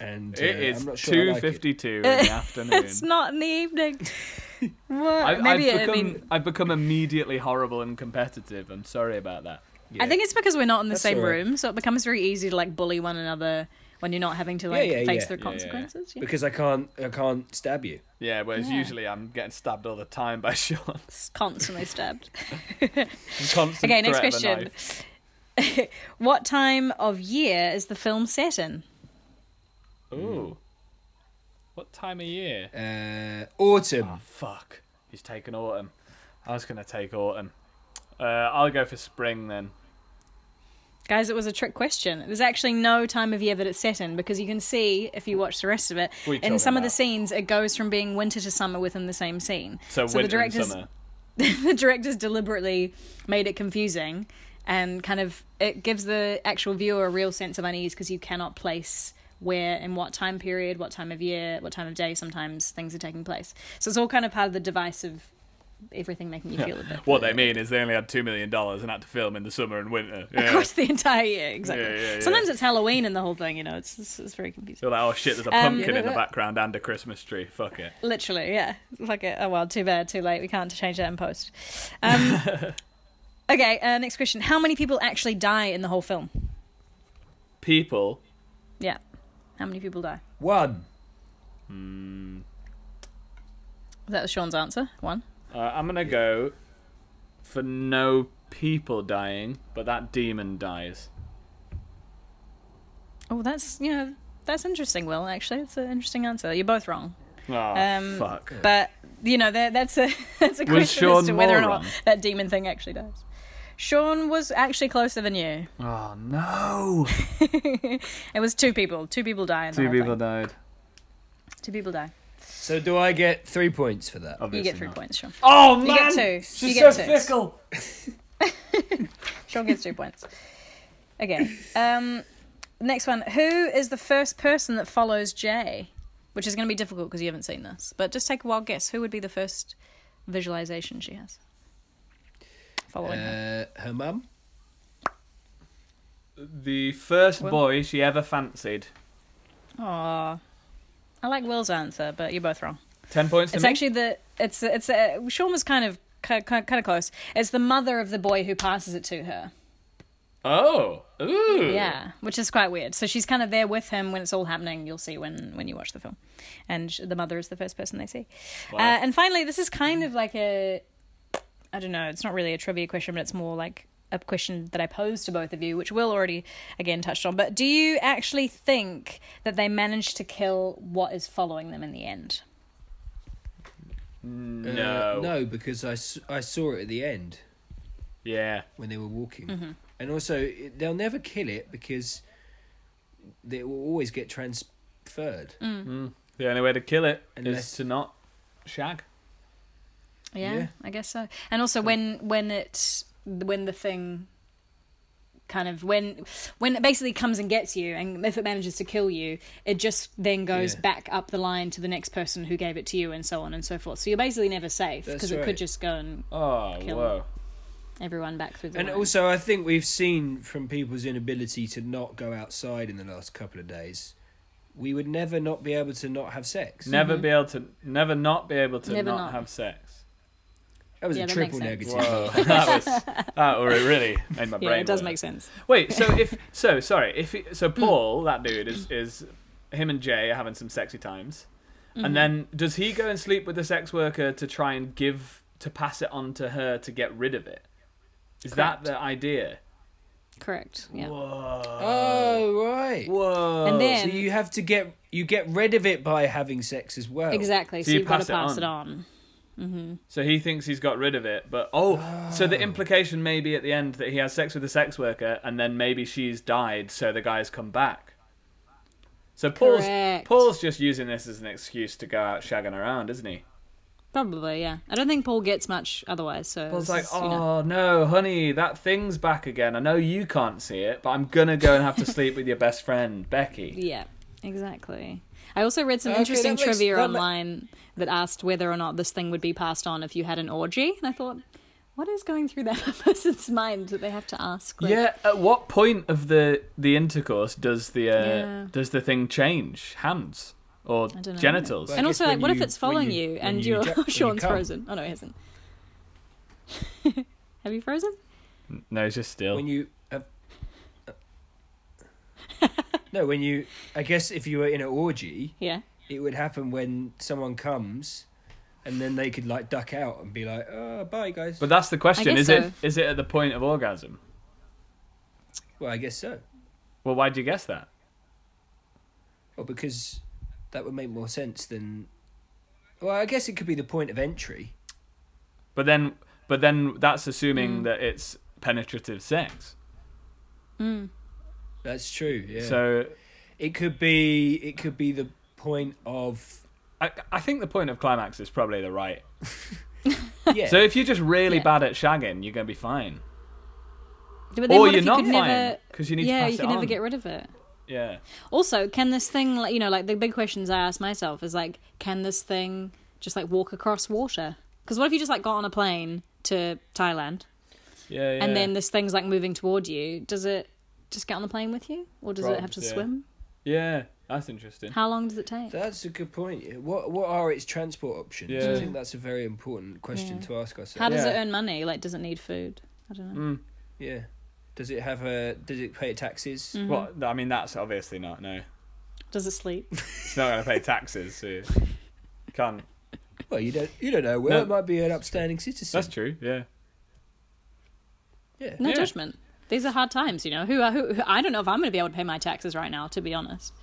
Speaker 1: and uh,
Speaker 2: It is
Speaker 1: I'm not sure I like it.
Speaker 2: 2.52 in the afternoon.
Speaker 3: it's not in the evening. What?
Speaker 2: I've,
Speaker 3: Maybe
Speaker 2: I've,
Speaker 3: I
Speaker 2: become,
Speaker 3: mean.
Speaker 2: I've become immediately horrible and competitive. I'm sorry about that.
Speaker 1: Yeah.
Speaker 3: I think it's because we're not in the
Speaker 1: That's
Speaker 3: same
Speaker 1: all right.
Speaker 3: room, so it becomes very easy to like bully one another when you're not having to like
Speaker 1: yeah,
Speaker 3: face
Speaker 1: yeah.
Speaker 3: the
Speaker 1: Yeah,
Speaker 2: yeah.
Speaker 3: consequences. Yeah.
Speaker 1: because I can't I can't stab you.
Speaker 2: Yeah, whereas
Speaker 3: Yeah.
Speaker 2: usually I'm getting stabbed all the time by Sean.
Speaker 3: It's constantly stabbed.
Speaker 2: Constant
Speaker 3: Okay, next
Speaker 2: threat of a
Speaker 3: question.
Speaker 2: knife.
Speaker 3: What time of year is the film set in?
Speaker 2: Ooh. What time of year?
Speaker 1: Uh, autumn.
Speaker 2: Oh, Ah. Fuck. He's taken autumn. I was going to take autumn. Uh, I'll go for spring then.
Speaker 3: Guys, it was a trick question. There's actually no time of year that it's set in because you can see if you watch the rest of it
Speaker 2: We
Speaker 3: in
Speaker 2: told
Speaker 3: some
Speaker 2: him
Speaker 3: of the
Speaker 2: that.
Speaker 3: scenes it goes from being winter to summer within the same scene.
Speaker 2: So,
Speaker 3: the
Speaker 2: winter and
Speaker 3: directors-
Speaker 2: summer.
Speaker 3: the directors deliberately made it confusing and kind of it gives the actual viewer a real sense of unease because you cannot place where and what time period, what time of year, what time of day sometimes things are taking place. So it's all kind of part of the device of everything making you feel a bit.
Speaker 2: What they mean is they only had $2 million and had to film in the summer and winter. Yeah.
Speaker 3: Across the entire year, exactly.
Speaker 2: Yeah, yeah, yeah.
Speaker 3: Sometimes it's Halloween and the whole thing, you know, it's, it's, it's very confusing.
Speaker 2: You're like, oh shit, there's a
Speaker 3: Um,
Speaker 2: pumpkin
Speaker 1: Yeah,
Speaker 2: in the
Speaker 1: that-
Speaker 2: background and a Christmas tree. Fuck it.
Speaker 3: Literally, yeah. Like, a, oh well, too bad, too late. We can't change that in post. Um, okay, uh, next question. How many people actually die in the whole film?
Speaker 2: People,
Speaker 3: Yeah. How many people die?
Speaker 1: One.
Speaker 3: That was Sean's answer. One.
Speaker 2: uh, I'm going to go for no people dying, but that demon dies.
Speaker 3: Oh, that's you know that's interesting. Will actually, it's an interesting answer. You're both wrong,
Speaker 2: Oh,
Speaker 3: Um,
Speaker 2: fuck.
Speaker 3: but you know that that's a that's a
Speaker 2: Was
Speaker 3: question
Speaker 2: Sean
Speaker 3: as to whether or
Speaker 2: more
Speaker 3: not
Speaker 2: wrong?
Speaker 3: that demon thing actually does. Sean was actually closer than you.
Speaker 2: Oh, no.
Speaker 3: It was two people. Two people die. In the
Speaker 2: Two
Speaker 3: whole
Speaker 2: people
Speaker 3: Thing.
Speaker 2: died.
Speaker 3: Two people die.
Speaker 1: So do I get three points for that?
Speaker 3: You get three points, Sean.
Speaker 2: Oh
Speaker 3: You get
Speaker 2: man,
Speaker 3: two.
Speaker 2: she's
Speaker 3: You get
Speaker 2: so
Speaker 3: two.
Speaker 2: fickle.
Speaker 3: Sean gets two points. Okay. Um, next one. Who is the first person that follows Jay? Which is going to be difficult because you haven't seen this. But just take a wild guess. Who would be the first visualization she has? Following her.
Speaker 1: Uh, her mum.
Speaker 2: The first boy she ever fancied. Uh,
Speaker 3: Aw. I like Will's answer, but you're both wrong.
Speaker 2: Ten points to
Speaker 3: It's
Speaker 2: me.
Speaker 3: actually the it's it's uh, Sean was kind of kind, kind of close. It's the mother of the boy who passes it to her.
Speaker 2: Oh, ooh.
Speaker 3: Yeah, which is quite weird. So she's kind of there with him when it's all happening. You'll see when when you watch the film, and sh- the mother is the first person they see. Uh, and finally, this is kind of like a I don't know. It's not really a trivia question, but it's more like a question that I posed to both of you, which Will already again touched on. But do you actually think that they managed to kill what is following them in the end?
Speaker 1: Uh,
Speaker 2: No.
Speaker 1: no, because I, s- I saw it at the end
Speaker 2: Yeah.
Speaker 3: Mm-hmm.
Speaker 1: when they were walking. and also it- they'll never kill it because it will always get transferred.
Speaker 3: Mm.
Speaker 2: The only way to kill it is
Speaker 1: Unless-
Speaker 2: to not shag.
Speaker 3: Yeah,
Speaker 1: Yeah.
Speaker 3: I guess so. And also when when it when the thing kind of when when it basically comes and gets you and if it manages to kill you it just then goes
Speaker 1: Yeah.
Speaker 3: back up the line to the next person who gave it to you and so on and so forth so you're basically never safe
Speaker 1: That's
Speaker 3: because it could
Speaker 1: right.
Speaker 3: just go and
Speaker 2: Oh,
Speaker 3: Kill
Speaker 2: whoa.
Speaker 3: everyone back through the
Speaker 1: And
Speaker 3: line.
Speaker 1: also, I think we've seen from people's inability to not go outside in the last couple of days, we would never not be able to not have sex.
Speaker 2: Never be able to, never not be able to
Speaker 3: Never
Speaker 2: not,
Speaker 3: not.
Speaker 2: have sex.
Speaker 1: That was
Speaker 3: Yeah,
Speaker 1: a
Speaker 3: that makes
Speaker 1: triple
Speaker 3: sense.
Speaker 1: negative.
Speaker 2: Whoa, that was that re- really made my brain.
Speaker 3: yeah it does
Speaker 2: work.
Speaker 3: make sense Mm.
Speaker 2: Wait, so if so, sorry, if he, so, Paul, that dude is is him and Jay are having some sexy times,
Speaker 3: Mm-hmm.
Speaker 2: and then does he go and sleep with the sex worker to try and give to pass it on to her to get rid of it? Is
Speaker 3: Correct.
Speaker 2: that the idea?
Speaker 3: correct yeah
Speaker 2: Whoa,
Speaker 1: Oh right.
Speaker 2: whoa!
Speaker 3: and
Speaker 1: So
Speaker 3: then
Speaker 1: you have to get you get rid of it by having sex as well.
Speaker 3: exactly so,
Speaker 2: you
Speaker 3: you've got to
Speaker 2: pass it
Speaker 3: pass
Speaker 2: on.
Speaker 3: it on
Speaker 2: So he thinks he's got rid of it, but oh, so the implication may be at the end that he has sex with a sex worker, and then maybe she's died, so the guy's come back. So Paul's
Speaker 3: Correct.
Speaker 2: Paul's just using this as an excuse to go out shagging around, isn't he?
Speaker 3: probably yeah i don't think paul gets much otherwise so
Speaker 2: Paul's
Speaker 3: this
Speaker 2: like,
Speaker 3: is, you know,
Speaker 2: oh no, honey, that thing's back again. I know you can't see it, but I'm gonna go and have to sleep with your best friend, Becky.
Speaker 3: Yeah, exactly. I also read some
Speaker 1: Okay,
Speaker 3: interesting
Speaker 1: that makes-
Speaker 3: trivia
Speaker 1: that ma-
Speaker 3: online that asked whether or not this thing would be passed on if you had an orgy, and I thought, what is going through that person's mind that they have to ask? like-
Speaker 2: Yeah. At what point of the the intercourse does the uh,
Speaker 3: Yeah.
Speaker 2: does the thing change hands or
Speaker 3: I don't know.
Speaker 2: genitals?
Speaker 1: Well, I
Speaker 3: and
Speaker 1: guess
Speaker 3: also, like,
Speaker 1: when
Speaker 3: what if
Speaker 1: you-
Speaker 3: it's following
Speaker 1: when you-
Speaker 3: you,
Speaker 1: when
Speaker 3: and
Speaker 1: you
Speaker 3: you are
Speaker 1: ju- when you
Speaker 3: Sean's
Speaker 1: come.
Speaker 3: frozen? Oh no, he hasn't. have you frozen?
Speaker 2: No, it's just still.
Speaker 1: When you have, no, when you I guess if you were in an orgy,
Speaker 3: Yeah.
Speaker 1: it would happen when someone comes, and then they could like duck out and be like, "Oh, bye guys."
Speaker 2: But that's the question:
Speaker 3: guess
Speaker 2: is
Speaker 3: so.
Speaker 2: it is it at the point of orgasm?
Speaker 1: well, I guess so.
Speaker 2: Well, why'd you guess that?
Speaker 1: Well, because that would make more sense than. Well, I guess it could be the point of entry.
Speaker 2: But then, but then that's
Speaker 3: Mm.
Speaker 2: assuming that it's penetrative sex.
Speaker 1: That's true. Yeah.
Speaker 2: So
Speaker 1: it could be. It could be the point of.
Speaker 2: I, I think the point of climax is probably the right.
Speaker 1: Yeah.
Speaker 2: So if you're just really
Speaker 3: Yeah.
Speaker 2: bad at shagging, you're gonna be fine.
Speaker 3: But
Speaker 2: Or
Speaker 3: what
Speaker 2: you're
Speaker 3: if
Speaker 2: not
Speaker 3: could
Speaker 2: fine,
Speaker 3: never-
Speaker 2: 'cause you need to
Speaker 3: yeah,
Speaker 2: pass
Speaker 3: you
Speaker 2: it
Speaker 3: can never
Speaker 2: on.
Speaker 3: get rid of it.
Speaker 2: Yeah.
Speaker 3: Also, can this thing, like, you know, like the big questions I ask myself is like, can this thing just like walk across water? Because what if you just like got on a plane to Thailand
Speaker 2: Yeah. yeah.
Speaker 3: and then this thing's like moving toward you? Does it just get on the plane with you, or does it have to
Speaker 2: Probs, yeah.
Speaker 3: swim?
Speaker 2: yeah, that's interesting.
Speaker 3: How long does it take?
Speaker 1: That's a good point. yeah. What what are its transport options?
Speaker 2: Yeah.
Speaker 1: I think that's a very important question
Speaker 3: Yeah.
Speaker 1: to ask ourselves.
Speaker 3: How does it
Speaker 2: Yeah. Mm.
Speaker 3: earn money? Like, does it need food? I don't know.
Speaker 1: yeah. Does it have a? Does it pay taxes?
Speaker 3: Mm-hmm.
Speaker 2: Well, I mean, that's obviously not. No,
Speaker 3: Does it sleep?
Speaker 2: it's not gonna pay taxes. So you can't.
Speaker 1: Well, you don't. You don't know. Well,
Speaker 2: No.
Speaker 1: it might be an upstanding citizen.
Speaker 2: That's true. Yeah.
Speaker 1: yeah.
Speaker 3: No
Speaker 2: Yeah.
Speaker 3: judgment. These are hard times, you know. Who, are, who, who? I don't know if I'm going to be able to pay my taxes right now, to be honest.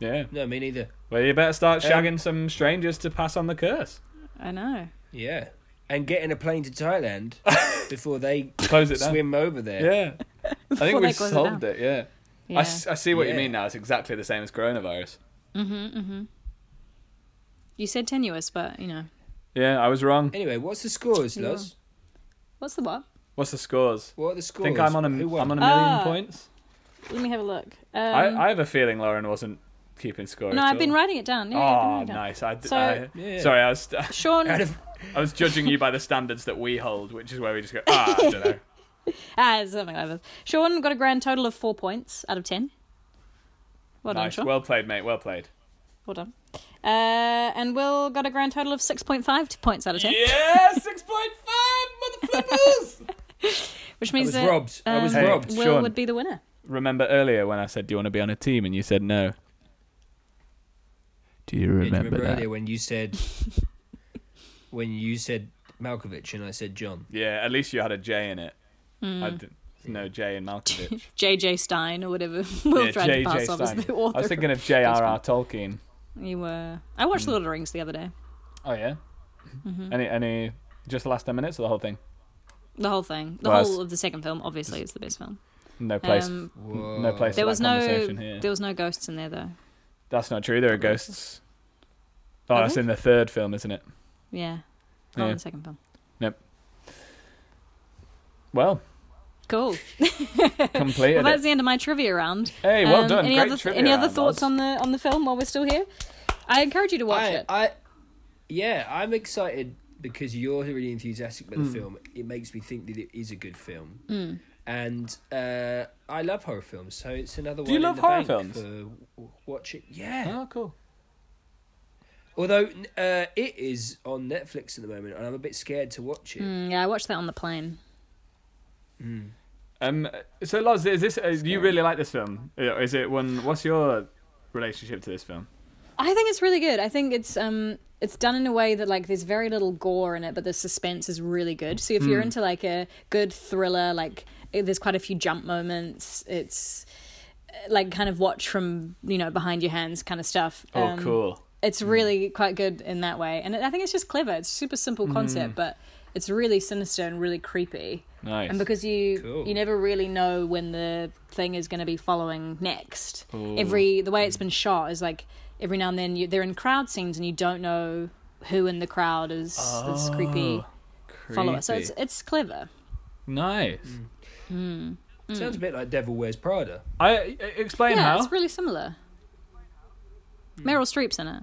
Speaker 2: Yeah.
Speaker 1: No, me neither.
Speaker 2: Well, you better start
Speaker 1: Um,
Speaker 2: shagging some strangers to pass on the curse.
Speaker 3: I know.
Speaker 1: Yeah. And getting a plane to Thailand before they
Speaker 2: Close it down.
Speaker 1: swim over there.
Speaker 2: Yeah. I think
Speaker 3: Before
Speaker 2: we
Speaker 3: they close it
Speaker 2: solved
Speaker 3: down.
Speaker 2: it, yeah.
Speaker 3: Yeah.
Speaker 2: I, s- I see what
Speaker 1: Yeah.
Speaker 2: you mean now. It's exactly the same as coronavirus.
Speaker 3: You said tenuous, but you know.
Speaker 2: Yeah, I was wrong.
Speaker 1: Anyway, what's the scores,
Speaker 3: Yeah.
Speaker 1: Loz?
Speaker 3: What's the what?
Speaker 2: What's the scores?
Speaker 1: What are the scores?
Speaker 2: think I'm on a,
Speaker 1: Who won?
Speaker 2: I'm on a million
Speaker 3: Ah.
Speaker 2: points.
Speaker 3: Let me have a look. Um,
Speaker 2: I, I have a feeling Lauren wasn't keeping score.
Speaker 3: No,
Speaker 2: at
Speaker 3: I've been
Speaker 2: all.
Speaker 3: writing it down. Yeah, I've been
Speaker 2: Oh,
Speaker 3: writing it down.
Speaker 2: nice. I, d-
Speaker 3: So-
Speaker 2: I-
Speaker 1: Yeah.
Speaker 2: Sorry, I was
Speaker 3: Sean,
Speaker 1: Out of-
Speaker 2: I was judging you by the standards that we hold, which is where we just go, ah, I don't know.
Speaker 3: ah, something like this. Sean got a grand total of four points out of ten. Well done,
Speaker 2: nice.
Speaker 3: Sean.
Speaker 2: Well played, mate. Well played.
Speaker 3: Well done. Uh, and Will got a grand total of six point five points out of ten,
Speaker 2: Yeah, 6.5, motherfuckers!
Speaker 3: which means
Speaker 1: was
Speaker 3: that
Speaker 1: robbed. I was
Speaker 3: um,
Speaker 1: robbed.
Speaker 3: Will
Speaker 2: Sean.
Speaker 3: would be the winner.
Speaker 2: Remember earlier when I said, do you want to be on a team? And you said no.
Speaker 1: Yeah, do
Speaker 2: Do you
Speaker 1: you
Speaker 2: remember,
Speaker 1: remember
Speaker 2: that?
Speaker 1: earlier when you said when you said Malkovich and I said John?
Speaker 2: Yeah, at least you had a J in it.
Speaker 3: Hmm.
Speaker 2: I didn't, there's no J in Malkovich.
Speaker 3: J.J. Stein or whatever. Will
Speaker 2: yeah,
Speaker 3: tried
Speaker 2: J.J.
Speaker 3: to pass off as
Speaker 2: Stein.
Speaker 3: the author.
Speaker 2: I was thinking of J.R.R. Tolkien.
Speaker 3: You were. I watched
Speaker 2: Hmm.
Speaker 3: Lord of the Rings the other day. Mm-hmm. Hmm.
Speaker 2: Oh yeah. Any any just the last ten minutes of the whole thing?
Speaker 3: The whole thing, the
Speaker 2: Well,
Speaker 3: whole
Speaker 2: it's-
Speaker 3: of the second film, obviously, is the best film.
Speaker 2: No place.
Speaker 3: Um,
Speaker 4: Whoa.
Speaker 2: no place.
Speaker 3: There
Speaker 2: for
Speaker 3: was
Speaker 2: that
Speaker 3: no,
Speaker 2: conversation here.
Speaker 3: there was no ghosts in there though.
Speaker 2: That's not true. There are ghosts. Oh,
Speaker 3: Are
Speaker 2: that's
Speaker 3: there?
Speaker 2: in the third film, isn't it?
Speaker 3: Yeah, not
Speaker 2: Yeah.
Speaker 3: in the second film.
Speaker 2: Well,
Speaker 3: Cool.
Speaker 2: completed.
Speaker 3: Well, that's
Speaker 2: it.
Speaker 3: the end of my trivia round.
Speaker 2: Hey, well
Speaker 3: Um,
Speaker 2: done.
Speaker 3: Any
Speaker 2: Great
Speaker 3: other
Speaker 2: trivia
Speaker 3: any other
Speaker 2: round,
Speaker 3: thoughts
Speaker 2: lads.
Speaker 3: on the on the film while we're still here? I encourage you to watch
Speaker 1: I,
Speaker 3: it.
Speaker 1: I, yeah, I'm excited because you're really enthusiastic
Speaker 2: Mm.
Speaker 1: about the film. It makes me think that it is a good film,
Speaker 3: Mm.
Speaker 1: and uh, I love horror films. So it's another one.
Speaker 2: Do you
Speaker 1: in
Speaker 2: love
Speaker 1: the
Speaker 2: horror
Speaker 1: bank
Speaker 2: films?
Speaker 1: For w- watch it, yeah.
Speaker 2: Oh, cool.
Speaker 1: Although n- uh, it is on Netflix at the moment, and I'm a bit scared to watch it.
Speaker 3: Mm, yeah, I watched that on the plane.
Speaker 2: Um, so, Loz, is this? Uh, you really like this film? Uh, Is it one? What's your relationship to this film?
Speaker 3: I think it's really good. I think it's um it's done in a way that like there's very little gore in it, but the suspense is really good. So if you're
Speaker 2: Hmm.
Speaker 3: into like a good thriller, like eh, there's quite a few jump moments. It's eh, like kind of watch from you know behind your hands kind of stuff.
Speaker 2: Oh,
Speaker 3: Um,
Speaker 2: cool.
Speaker 3: It's really quite good in that way, and it, I think it's just clever. It's a super simple concept, but it's really sinister and really creepy.
Speaker 2: Nice.
Speaker 3: And because you
Speaker 1: Cool.
Speaker 3: you never really know when the thing is going to be following next. Every the way it's been shot is like every now and then you, they're in crowd scenes and you don't know who in the crowd is this creepy follower. So it's
Speaker 2: Creepy.
Speaker 3: it's clever.
Speaker 2: nice.
Speaker 1: Sounds a bit like Devil Wears Prada.
Speaker 2: I e- explain
Speaker 3: yeah,
Speaker 2: how.
Speaker 3: it's really similar. Meryl Streep's in it.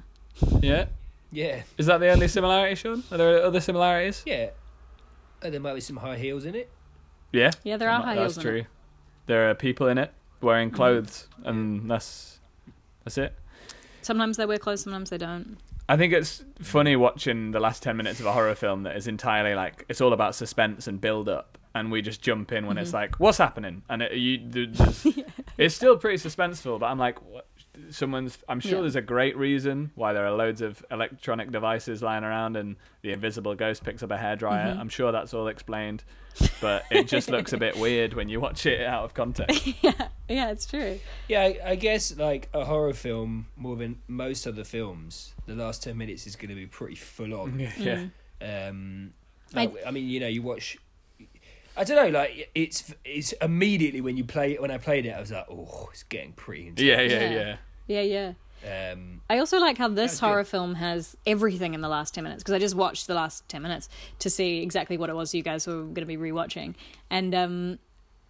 Speaker 2: yeah.
Speaker 1: Yeah,
Speaker 2: Is that the only similarity, Sean? Are there other similarities?
Speaker 1: yeah. And there might be some high heels in it.
Speaker 2: Yeah.
Speaker 3: Yeah, there are high heels
Speaker 2: That's
Speaker 3: in
Speaker 2: true.
Speaker 3: it.
Speaker 2: There are people in it wearing
Speaker 3: Mm.
Speaker 2: clothes, and that's that's it.
Speaker 3: Sometimes they wear clothes, sometimes they don't.
Speaker 2: I think it's funny watching the last 10 minutes of a horror film that is entirely like it's all about suspense and build up and we just jump in when it's like what's happening and it, you the, the- it's still pretty suspenseful but I'm like what? someone's I'm sure
Speaker 3: Yeah.
Speaker 2: there's a great reason why there are loads of electronic devices lying around and the invisible ghost picks up a hairdryer I'm sure that's all explained but it just looks a bit weird when you watch it out of context
Speaker 3: Yeah, it's true.
Speaker 1: Yeah, I, I guess like a horror film, more than most other films, the last ten minutes is going to be pretty full on.
Speaker 2: yeah
Speaker 1: Um,
Speaker 3: I-
Speaker 1: like, I, mean, you know, you watch. I don't know. Like it's it's immediately when you play when I played it, I was like, oh, it's getting pretty. Intense.
Speaker 2: yeah yeah
Speaker 3: Yeah.
Speaker 2: yeah
Speaker 3: Yeah, yeah.
Speaker 1: Um,
Speaker 3: I also like how this
Speaker 1: That's good.
Speaker 3: horror film has everything in the last 10 minutes because I just watched the last 10 minutes to see exactly what it was you guys were going to be rewatching. And um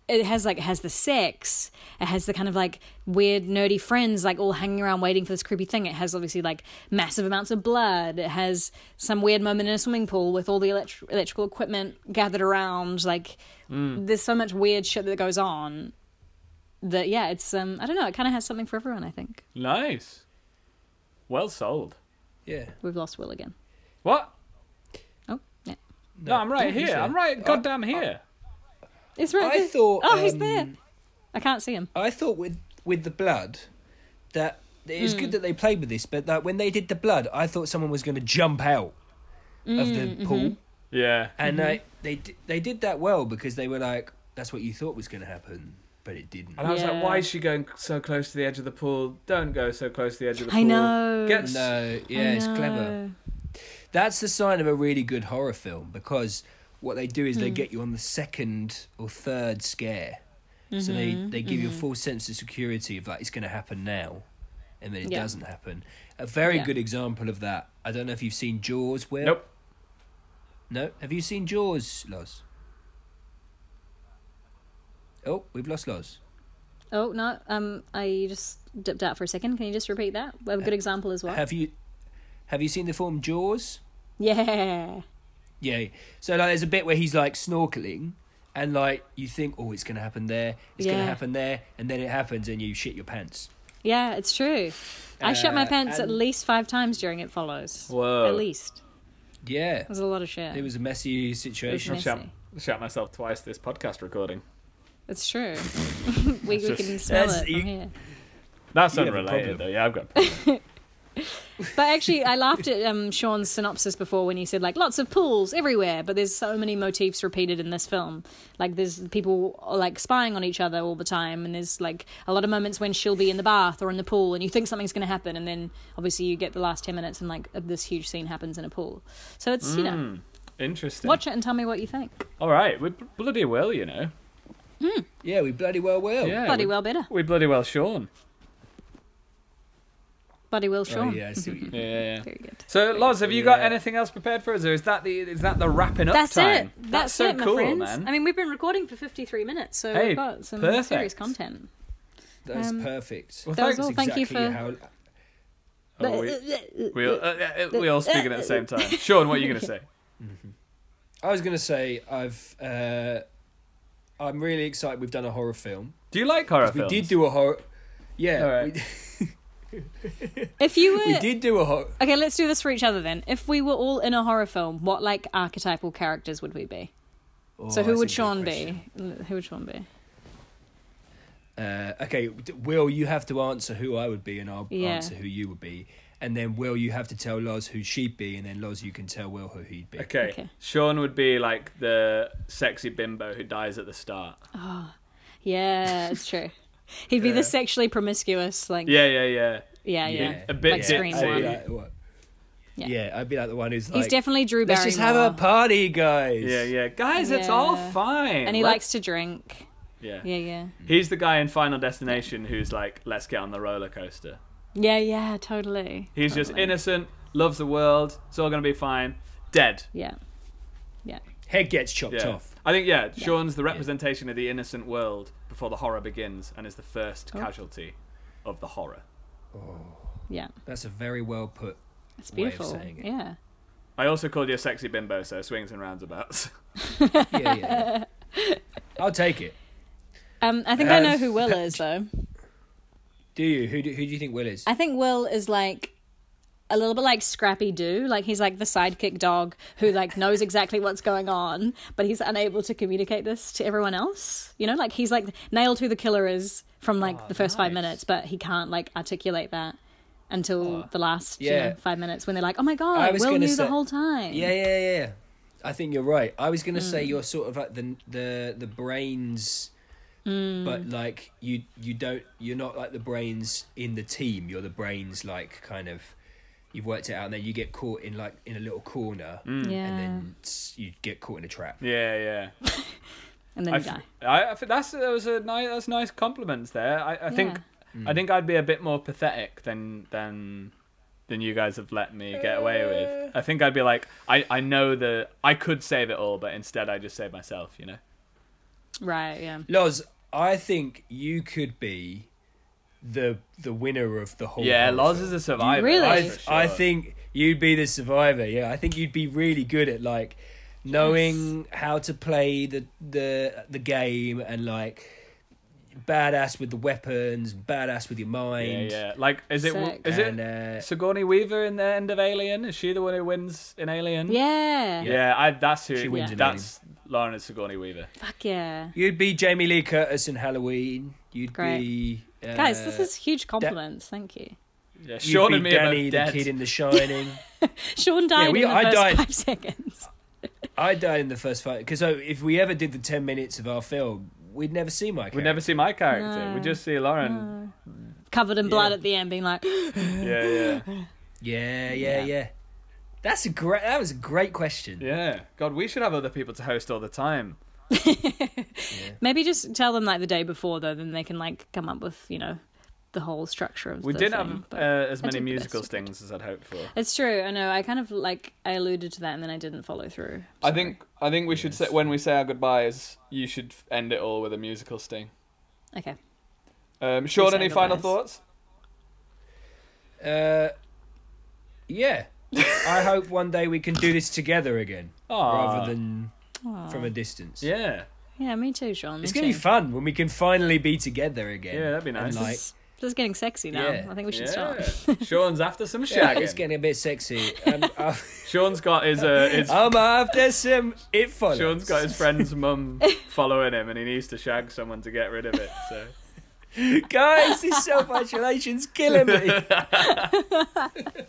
Speaker 3: it has like it has the sex, it has the kind of like weird nerdy friends like all hanging around waiting for this creepy thing. It has obviously like massive amounts of blood. It has some weird moment in a swimming pool with all the elect- electrical equipment gathered around like
Speaker 1: Mm.
Speaker 3: there's so much weird shit that goes on that yeah, it's um I don't know, it kind of has something for everyone, I think.
Speaker 2: nice well sold
Speaker 1: yeah.
Speaker 3: We've lost Will again.
Speaker 2: what
Speaker 3: Oh, yeah.
Speaker 2: No, Oh, I'm right here.
Speaker 1: there.
Speaker 2: I'm right goddamn here.
Speaker 3: It's right
Speaker 1: I
Speaker 3: there.
Speaker 1: thought,
Speaker 3: Oh, he's
Speaker 1: um,
Speaker 3: there. I can't see him.
Speaker 1: I thought with with the blood that it's
Speaker 2: Hmm.
Speaker 1: good that they played with this, but like when they did the blood, I thought someone was going to jump out of the
Speaker 2: Mm, mm-hmm.
Speaker 1: pool,
Speaker 2: Yeah.
Speaker 1: and I,
Speaker 2: Mm-hmm.
Speaker 1: they di- they did that well because they were like, that's what you thought was going to happen, but it didn't.
Speaker 2: And I was
Speaker 3: Yeah.
Speaker 2: like, why is she going so close to the edge of the pool? Don't go so close to the edge of the
Speaker 3: I
Speaker 2: pool.
Speaker 3: know.
Speaker 2: Get s-
Speaker 1: No,
Speaker 3: I
Speaker 1: yeah, it's clever.
Speaker 3: know.
Speaker 1: That's the sign of a really good horror film because what they do is
Speaker 3: Hmm.
Speaker 1: they get you on the second or third scare. So they,
Speaker 3: Mm-hmm.
Speaker 1: they give you a full sense of security of like it's going to happen now, and then it
Speaker 3: Yeah.
Speaker 1: doesn't happen. A very
Speaker 3: Yeah.
Speaker 1: good example of that. I don't know if you've seen Jaws. Where
Speaker 2: Nope.
Speaker 1: No. Have you seen Jaws, Loz? Oh, we've lost Loz.
Speaker 3: Oh no. Um, I just dipped out for a second. Can you just repeat that? A good example as well.
Speaker 1: Uh, Have you have you seen the film Jaws?
Speaker 3: Yeah.
Speaker 1: Yeah. So like, there's a bit where he's like snorkeling, and like you think, oh, it's gonna happen there, it's
Speaker 3: Yeah.
Speaker 1: gonna happen there, and then it happens, and you shit your pants.
Speaker 3: Yeah, it's true. I shut my
Speaker 1: Uh,
Speaker 3: pants at
Speaker 1: and-
Speaker 3: least five times during It Follows.
Speaker 2: Whoa.
Speaker 3: At least.
Speaker 1: Yeah.
Speaker 3: It was a lot of shit.
Speaker 1: It was a messy
Speaker 2: I
Speaker 1: situation.
Speaker 3: It
Speaker 2: shat,
Speaker 3: messy.
Speaker 2: shat myself twice this podcast recording.
Speaker 3: It's true. we, we
Speaker 2: just-
Speaker 3: can smell
Speaker 1: That's-
Speaker 3: it
Speaker 1: you-
Speaker 3: from here.
Speaker 2: That's
Speaker 1: You have a problem.
Speaker 2: unrelated though. Yeah, I've got.
Speaker 3: But actually, I laughed at um, Sean's synopsis before when he said like lots of pools everywhere, but there's so many motifs repeated in this film. Like there's people like spying on each other all the time, and there's like a lot of moments when she'll be in the bath or in the pool, and you think something's going to happen, uh,
Speaker 2: Mm.
Speaker 3: and then obviously you get the last ten minutes, and like this huge scene happens in a pool. So it's you know
Speaker 2: Interesting.
Speaker 3: Watch it and tell me what you think.
Speaker 2: All right, we b- bloody well, you know.
Speaker 1: Yeah, we bloody well will.
Speaker 2: Yeah,
Speaker 3: Bloody
Speaker 2: we,
Speaker 3: well better.
Speaker 2: we bloody well Sean.
Speaker 3: Bloody well
Speaker 1: Oh,
Speaker 3: Sean.
Speaker 1: yeah, I see what you
Speaker 2: Yeah, yeah. yeah.
Speaker 3: Very good.
Speaker 2: So, Loz, have you got
Speaker 1: Yeah.
Speaker 2: anything else prepared for us, or is that the is that the wrapping up
Speaker 3: That's
Speaker 2: time?
Speaker 3: it. That's,
Speaker 2: so
Speaker 3: it, my
Speaker 2: cool,
Speaker 3: friends.
Speaker 2: man.
Speaker 3: I mean, we've been recording for 53 minutes, so
Speaker 2: Hey,
Speaker 3: we've got some
Speaker 2: perfect.
Speaker 3: serious content.
Speaker 1: That's
Speaker 3: Um,
Speaker 1: perfect.
Speaker 2: well,
Speaker 3: that was
Speaker 2: thanks.
Speaker 3: all.
Speaker 1: That's
Speaker 3: thank you
Speaker 1: exactly
Speaker 3: for-
Speaker 1: how
Speaker 2: Oh, we, we, all, uh, uh, we all speaking at the same time. Sean, what are you going to say?
Speaker 1: I was going to say I've uh, I'm really excited we've done a horror film.
Speaker 2: Do you like horror
Speaker 1: We
Speaker 2: films?
Speaker 1: did do a horror Yeah.
Speaker 2: All right.
Speaker 3: If you were.
Speaker 1: We, we did do a horror
Speaker 3: Okay, let's do this for each other then. If we were all in a horror film, what like archetypal characters would we be?
Speaker 1: Oh,
Speaker 3: so who
Speaker 1: that's a
Speaker 3: would
Speaker 1: good
Speaker 3: Sean
Speaker 1: question.
Speaker 3: be? Who would Sean be?
Speaker 1: Uh, okay, d- Will, you have to answer who I would be, and I'll
Speaker 3: Yeah.
Speaker 1: answer who you would be. And then, Will, you have to tell Loz who she'd be, and then, Loz, you can tell Will who he'd be.
Speaker 2: Okay.
Speaker 3: Okay.
Speaker 2: Sean would be like the sexy bimbo who dies at the start.
Speaker 3: Yeah, it's true. He'd be
Speaker 2: Yeah.
Speaker 3: the sexually promiscuous, like yeah,
Speaker 2: Yeah, yeah, yeah.
Speaker 3: yeah,
Speaker 2: Yeah. A bit
Speaker 3: like
Speaker 2: ditzy.
Speaker 3: screen
Speaker 1: I'd be
Speaker 3: one.
Speaker 1: like, what?
Speaker 3: Yeah.
Speaker 1: Yeah. I'd be like the one who's like,
Speaker 3: He's definitely Drew Barrymore.
Speaker 1: let's just have a party, guys.
Speaker 2: Yeah, yeah. Guys, it's all
Speaker 3: Yeah.
Speaker 2: fine.
Speaker 3: and he
Speaker 2: Let's-
Speaker 3: likes to drink.
Speaker 2: Yeah.
Speaker 3: Yeah, yeah,
Speaker 2: He's the guy in Final Destination who's like, let's get on the roller coaster.
Speaker 3: yeah, yeah. Totally.
Speaker 2: He's just
Speaker 3: Totally.
Speaker 2: innocent, loves the world, it's all going to be fine. Dead.
Speaker 3: Yeah,
Speaker 1: Head gets chopped
Speaker 2: Yeah.
Speaker 1: off.
Speaker 2: I think, yeah, Sean's the representation of the innocent world before the horror begins and is the first
Speaker 3: Oh.
Speaker 2: casualty of the horror.
Speaker 3: yeah.
Speaker 1: Oh, That's a very well put.
Speaker 3: It's
Speaker 1: Way of
Speaker 3: beautiful.
Speaker 1: saying it.
Speaker 3: Yeah.
Speaker 2: I also called you a sexy bimbo, so swings and roundabouts.
Speaker 1: Yeah, yeah. yeah. I'll take it.
Speaker 3: Um, I think I know
Speaker 1: Um,
Speaker 3: who Will is though.
Speaker 1: Do you? Who do, who do you think Will is?
Speaker 3: I think Will is like a little bit like Scrappy Doo. Like he's like the sidekick dog who like knows exactly what's going on, but he's unable to communicate this to everyone else. You know, like he's like nailed who the killer is from like
Speaker 1: Oh,
Speaker 3: the first five
Speaker 2: nice.
Speaker 3: minutes, but he can't like articulate that until the last you
Speaker 1: Oh, yeah.
Speaker 3: know, five minutes when they're like, "Oh my
Speaker 1: I
Speaker 3: god,
Speaker 1: was
Speaker 3: Will
Speaker 1: gonna
Speaker 3: knew
Speaker 1: say-
Speaker 3: the whole time."
Speaker 1: Yeah, yeah, yeah. I think you're right. I was gonna say you're sort of like the the the brains, but like you you don't you're not like the brains in the team. You're the brains like kind of you've worked it out, and then you get caught in like in a little corner,
Speaker 2: Hmm.
Speaker 3: Yeah.
Speaker 1: and then s- you get caught in a trap.
Speaker 2: yeah, yeah.
Speaker 3: And then
Speaker 2: I
Speaker 3: you die.
Speaker 2: f- I- I think that's that was a nice that's nice compliments there. I, I think I
Speaker 1: Mm.
Speaker 2: think I'd be a bit more pathetic than than than you guys have let me get away with.
Speaker 3: Uh.
Speaker 2: I think I'd be like I I know the I could save it all, but instead I just save myself. You know.
Speaker 3: Right, yeah.
Speaker 1: Loz, I think you could be the the winner of the whole.
Speaker 2: Yeah,
Speaker 1: horror
Speaker 2: Loz
Speaker 1: film.
Speaker 2: is a survivor.
Speaker 3: Really?
Speaker 1: I,
Speaker 2: that's for
Speaker 1: Oh, I
Speaker 2: sure.
Speaker 1: think you'd be the survivor. Yeah, I think you'd be really good at like knowing how to play the the the game and like badass with the weapons, badass with your
Speaker 2: Yeah,
Speaker 1: mind.
Speaker 2: yeah. Like, is it
Speaker 3: Sick.
Speaker 2: is it
Speaker 1: And, uh,
Speaker 2: Sigourney Weaver in the end of Alien? Is she the one who wins in Alien?
Speaker 3: Yeah.
Speaker 2: Yeah, I, that's who.
Speaker 1: She wins in
Speaker 2: that's Lauren and Sigourney Weaver.
Speaker 3: Fuck yeah.
Speaker 1: You'd be Jamie Lee Curtis in Halloween. You'd
Speaker 3: Great.
Speaker 1: be uh,
Speaker 3: Guys, this is huge compliments. Thank you.
Speaker 2: Yeah,
Speaker 1: You'd
Speaker 2: Sean
Speaker 1: be
Speaker 2: and me are
Speaker 1: Danny,
Speaker 2: both
Speaker 1: the
Speaker 2: dead.
Speaker 1: kid in The Shining.
Speaker 3: Sean died
Speaker 1: we-
Speaker 3: in the
Speaker 1: I
Speaker 3: first
Speaker 1: died.
Speaker 3: five seconds.
Speaker 1: I died in the first fight because if we ever did the ten minutes of our film, we'd never see my character.
Speaker 2: We never see my character. We
Speaker 3: No.
Speaker 2: just see Lauren.
Speaker 3: Covered in blood
Speaker 1: Yeah.
Speaker 3: at the end, being like,
Speaker 2: Yeah, yeah,
Speaker 1: Yeah, yeah,
Speaker 3: Yeah.
Speaker 1: yeah. That's a great. That was a great question.
Speaker 2: yeah. God, we should have other people to host all the time.
Speaker 3: Maybe just tell them like the day before, though, then they can like come up with you know the whole structure of.
Speaker 2: We
Speaker 3: the
Speaker 2: didn't
Speaker 3: thing,
Speaker 2: have
Speaker 3: but
Speaker 2: uh, as
Speaker 3: I
Speaker 2: many
Speaker 3: did the
Speaker 2: musical
Speaker 3: best I could.
Speaker 2: stings as I'd hoped for.
Speaker 3: It's true. I know. I kind of like I alluded to that, and then I didn't follow through.
Speaker 2: I
Speaker 3: Sorry.
Speaker 2: think I think we should say when we say our goodbyes, you should end it all with a musical sting.
Speaker 3: Okay.
Speaker 2: Um,
Speaker 3: Sean,
Speaker 2: Sean,
Speaker 3: say
Speaker 2: any
Speaker 3: any
Speaker 2: final
Speaker 3: final
Speaker 2: thoughts?
Speaker 3: goodbyes.
Speaker 1: Uh, yeah. I hope one day we can do this together again,
Speaker 2: Aw.
Speaker 1: rather than
Speaker 3: Aw.
Speaker 1: from a distance.
Speaker 2: Ah. Yeah,
Speaker 3: Yeah, me too, Sean.
Speaker 1: It's
Speaker 3: me
Speaker 1: gonna be
Speaker 3: too.
Speaker 1: fun when we can finally be together again.
Speaker 2: yeah, that'd be
Speaker 1: And
Speaker 2: nice.
Speaker 1: like,
Speaker 3: This, this is getting sexy now.
Speaker 1: Yeah.
Speaker 3: I think we should
Speaker 2: yeah.
Speaker 3: stop.
Speaker 2: Sean's after some
Speaker 1: yeah,
Speaker 2: shagging.
Speaker 1: it's getting a bit sexy. Um, I'm-
Speaker 2: Sean's got his uh, his
Speaker 1: I'm after some. It follows.
Speaker 2: Sean's got his friend's mum following him, and he needs to shag someone to get rid of it. So
Speaker 1: Guys, this self-isolation's killing me.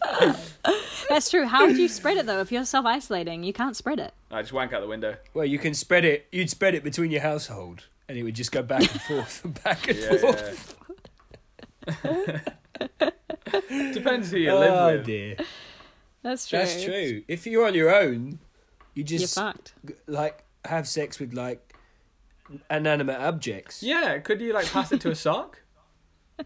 Speaker 3: That's true. How would you spread it though? If you're self isolating, you can't spread it.
Speaker 2: I just wank out the window.
Speaker 1: Well, you can spread it. You'd spread it between your household, and it would just go back and forth and back and
Speaker 2: Yeah,
Speaker 1: forth.
Speaker 2: yeah. Depends who you
Speaker 1: Oh
Speaker 2: live with.
Speaker 1: dear.
Speaker 3: That's true.
Speaker 1: That's true. If you're on your own, You just
Speaker 3: You're fucked.
Speaker 1: g- like have sex with like inanimate objects.
Speaker 2: Yeah, could you like pass it to a sock?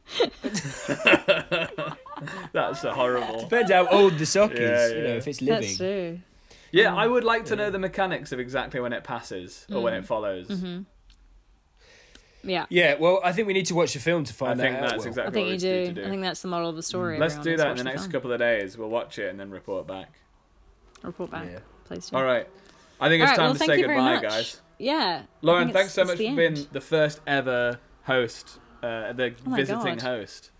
Speaker 2: That's a horrible.
Speaker 1: Depends how old the sock
Speaker 2: Yeah,
Speaker 1: is. You know,
Speaker 2: yeah.
Speaker 1: if it's
Speaker 3: That's
Speaker 1: living.
Speaker 3: true.
Speaker 2: Yeah, I would like to know the mechanics of exactly when it passes or
Speaker 3: Mm.
Speaker 2: when it follows.
Speaker 3: Mm-hmm. Yeah.
Speaker 1: Yeah. Well, I think we need to watch the film to
Speaker 2: I
Speaker 1: find that
Speaker 2: think
Speaker 1: out.
Speaker 2: that's
Speaker 1: Will.
Speaker 3: I
Speaker 2: exactly
Speaker 3: think
Speaker 2: what
Speaker 3: you
Speaker 2: we need
Speaker 3: do.
Speaker 2: to do.
Speaker 3: I think that's the moral of the story.
Speaker 2: Let's do
Speaker 3: everyone.
Speaker 2: that in
Speaker 3: watch
Speaker 2: the next
Speaker 3: film.
Speaker 2: couple of days. We'll watch it and then report back.
Speaker 3: Report back. Please do.
Speaker 2: All right. I think
Speaker 3: Mm.
Speaker 2: it's
Speaker 3: All right,
Speaker 2: time
Speaker 3: well,
Speaker 2: to
Speaker 3: thank
Speaker 2: say
Speaker 3: you very
Speaker 2: goodbye,
Speaker 3: much.
Speaker 2: guys.
Speaker 3: Yeah. I
Speaker 2: Lauren,
Speaker 3: think
Speaker 2: thanks
Speaker 3: it's-
Speaker 2: so
Speaker 3: it's
Speaker 2: much
Speaker 3: the
Speaker 2: for being
Speaker 3: end.
Speaker 2: the first ever host, uh, the
Speaker 3: Oh my
Speaker 2: visiting
Speaker 3: God.
Speaker 2: host.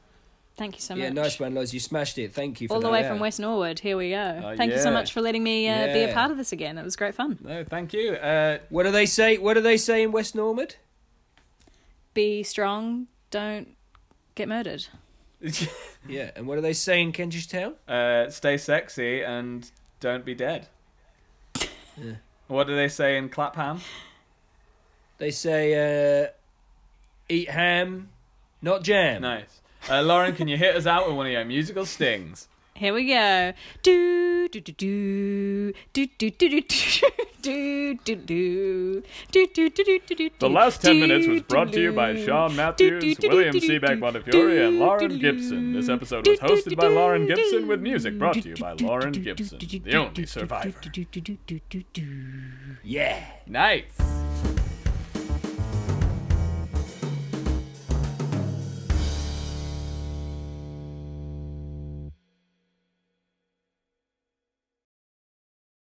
Speaker 3: Thank you so much.
Speaker 1: Yeah, nice one, Loz. You smashed it. Thank you for
Speaker 3: All the
Speaker 1: that.
Speaker 3: way
Speaker 2: Yeah.
Speaker 3: from West Norwood. Here we go.
Speaker 2: Oh,
Speaker 3: Thank you so
Speaker 2: yeah.
Speaker 3: much for letting me uh, be a
Speaker 1: Yeah.
Speaker 3: part of this again. It was great fun.
Speaker 2: No, thank you. Uh,
Speaker 1: What do they say? What do they say in West Normand?
Speaker 3: Be strong. Don't get murdered.
Speaker 1: Yeah, and what do they say in Kentish Town?
Speaker 2: uh, stay sexy and don't be dead. What do they say in Clapham?
Speaker 1: They say, uh, "Eat ham, not jam."
Speaker 2: Nice. Uh, Lauren, can you hit us out with one of your musical stings?
Speaker 3: Here we go. Do do do do do do do do do do do do do do do do do.
Speaker 5: The last 10 minutes was brought to you by Sean Matthews, William Seaback Montefiore, and Lauren Gibson. This episode was hosted by Lauren Gibson with music brought to you by Lauren Gibson, the only survivor.
Speaker 2: Nice.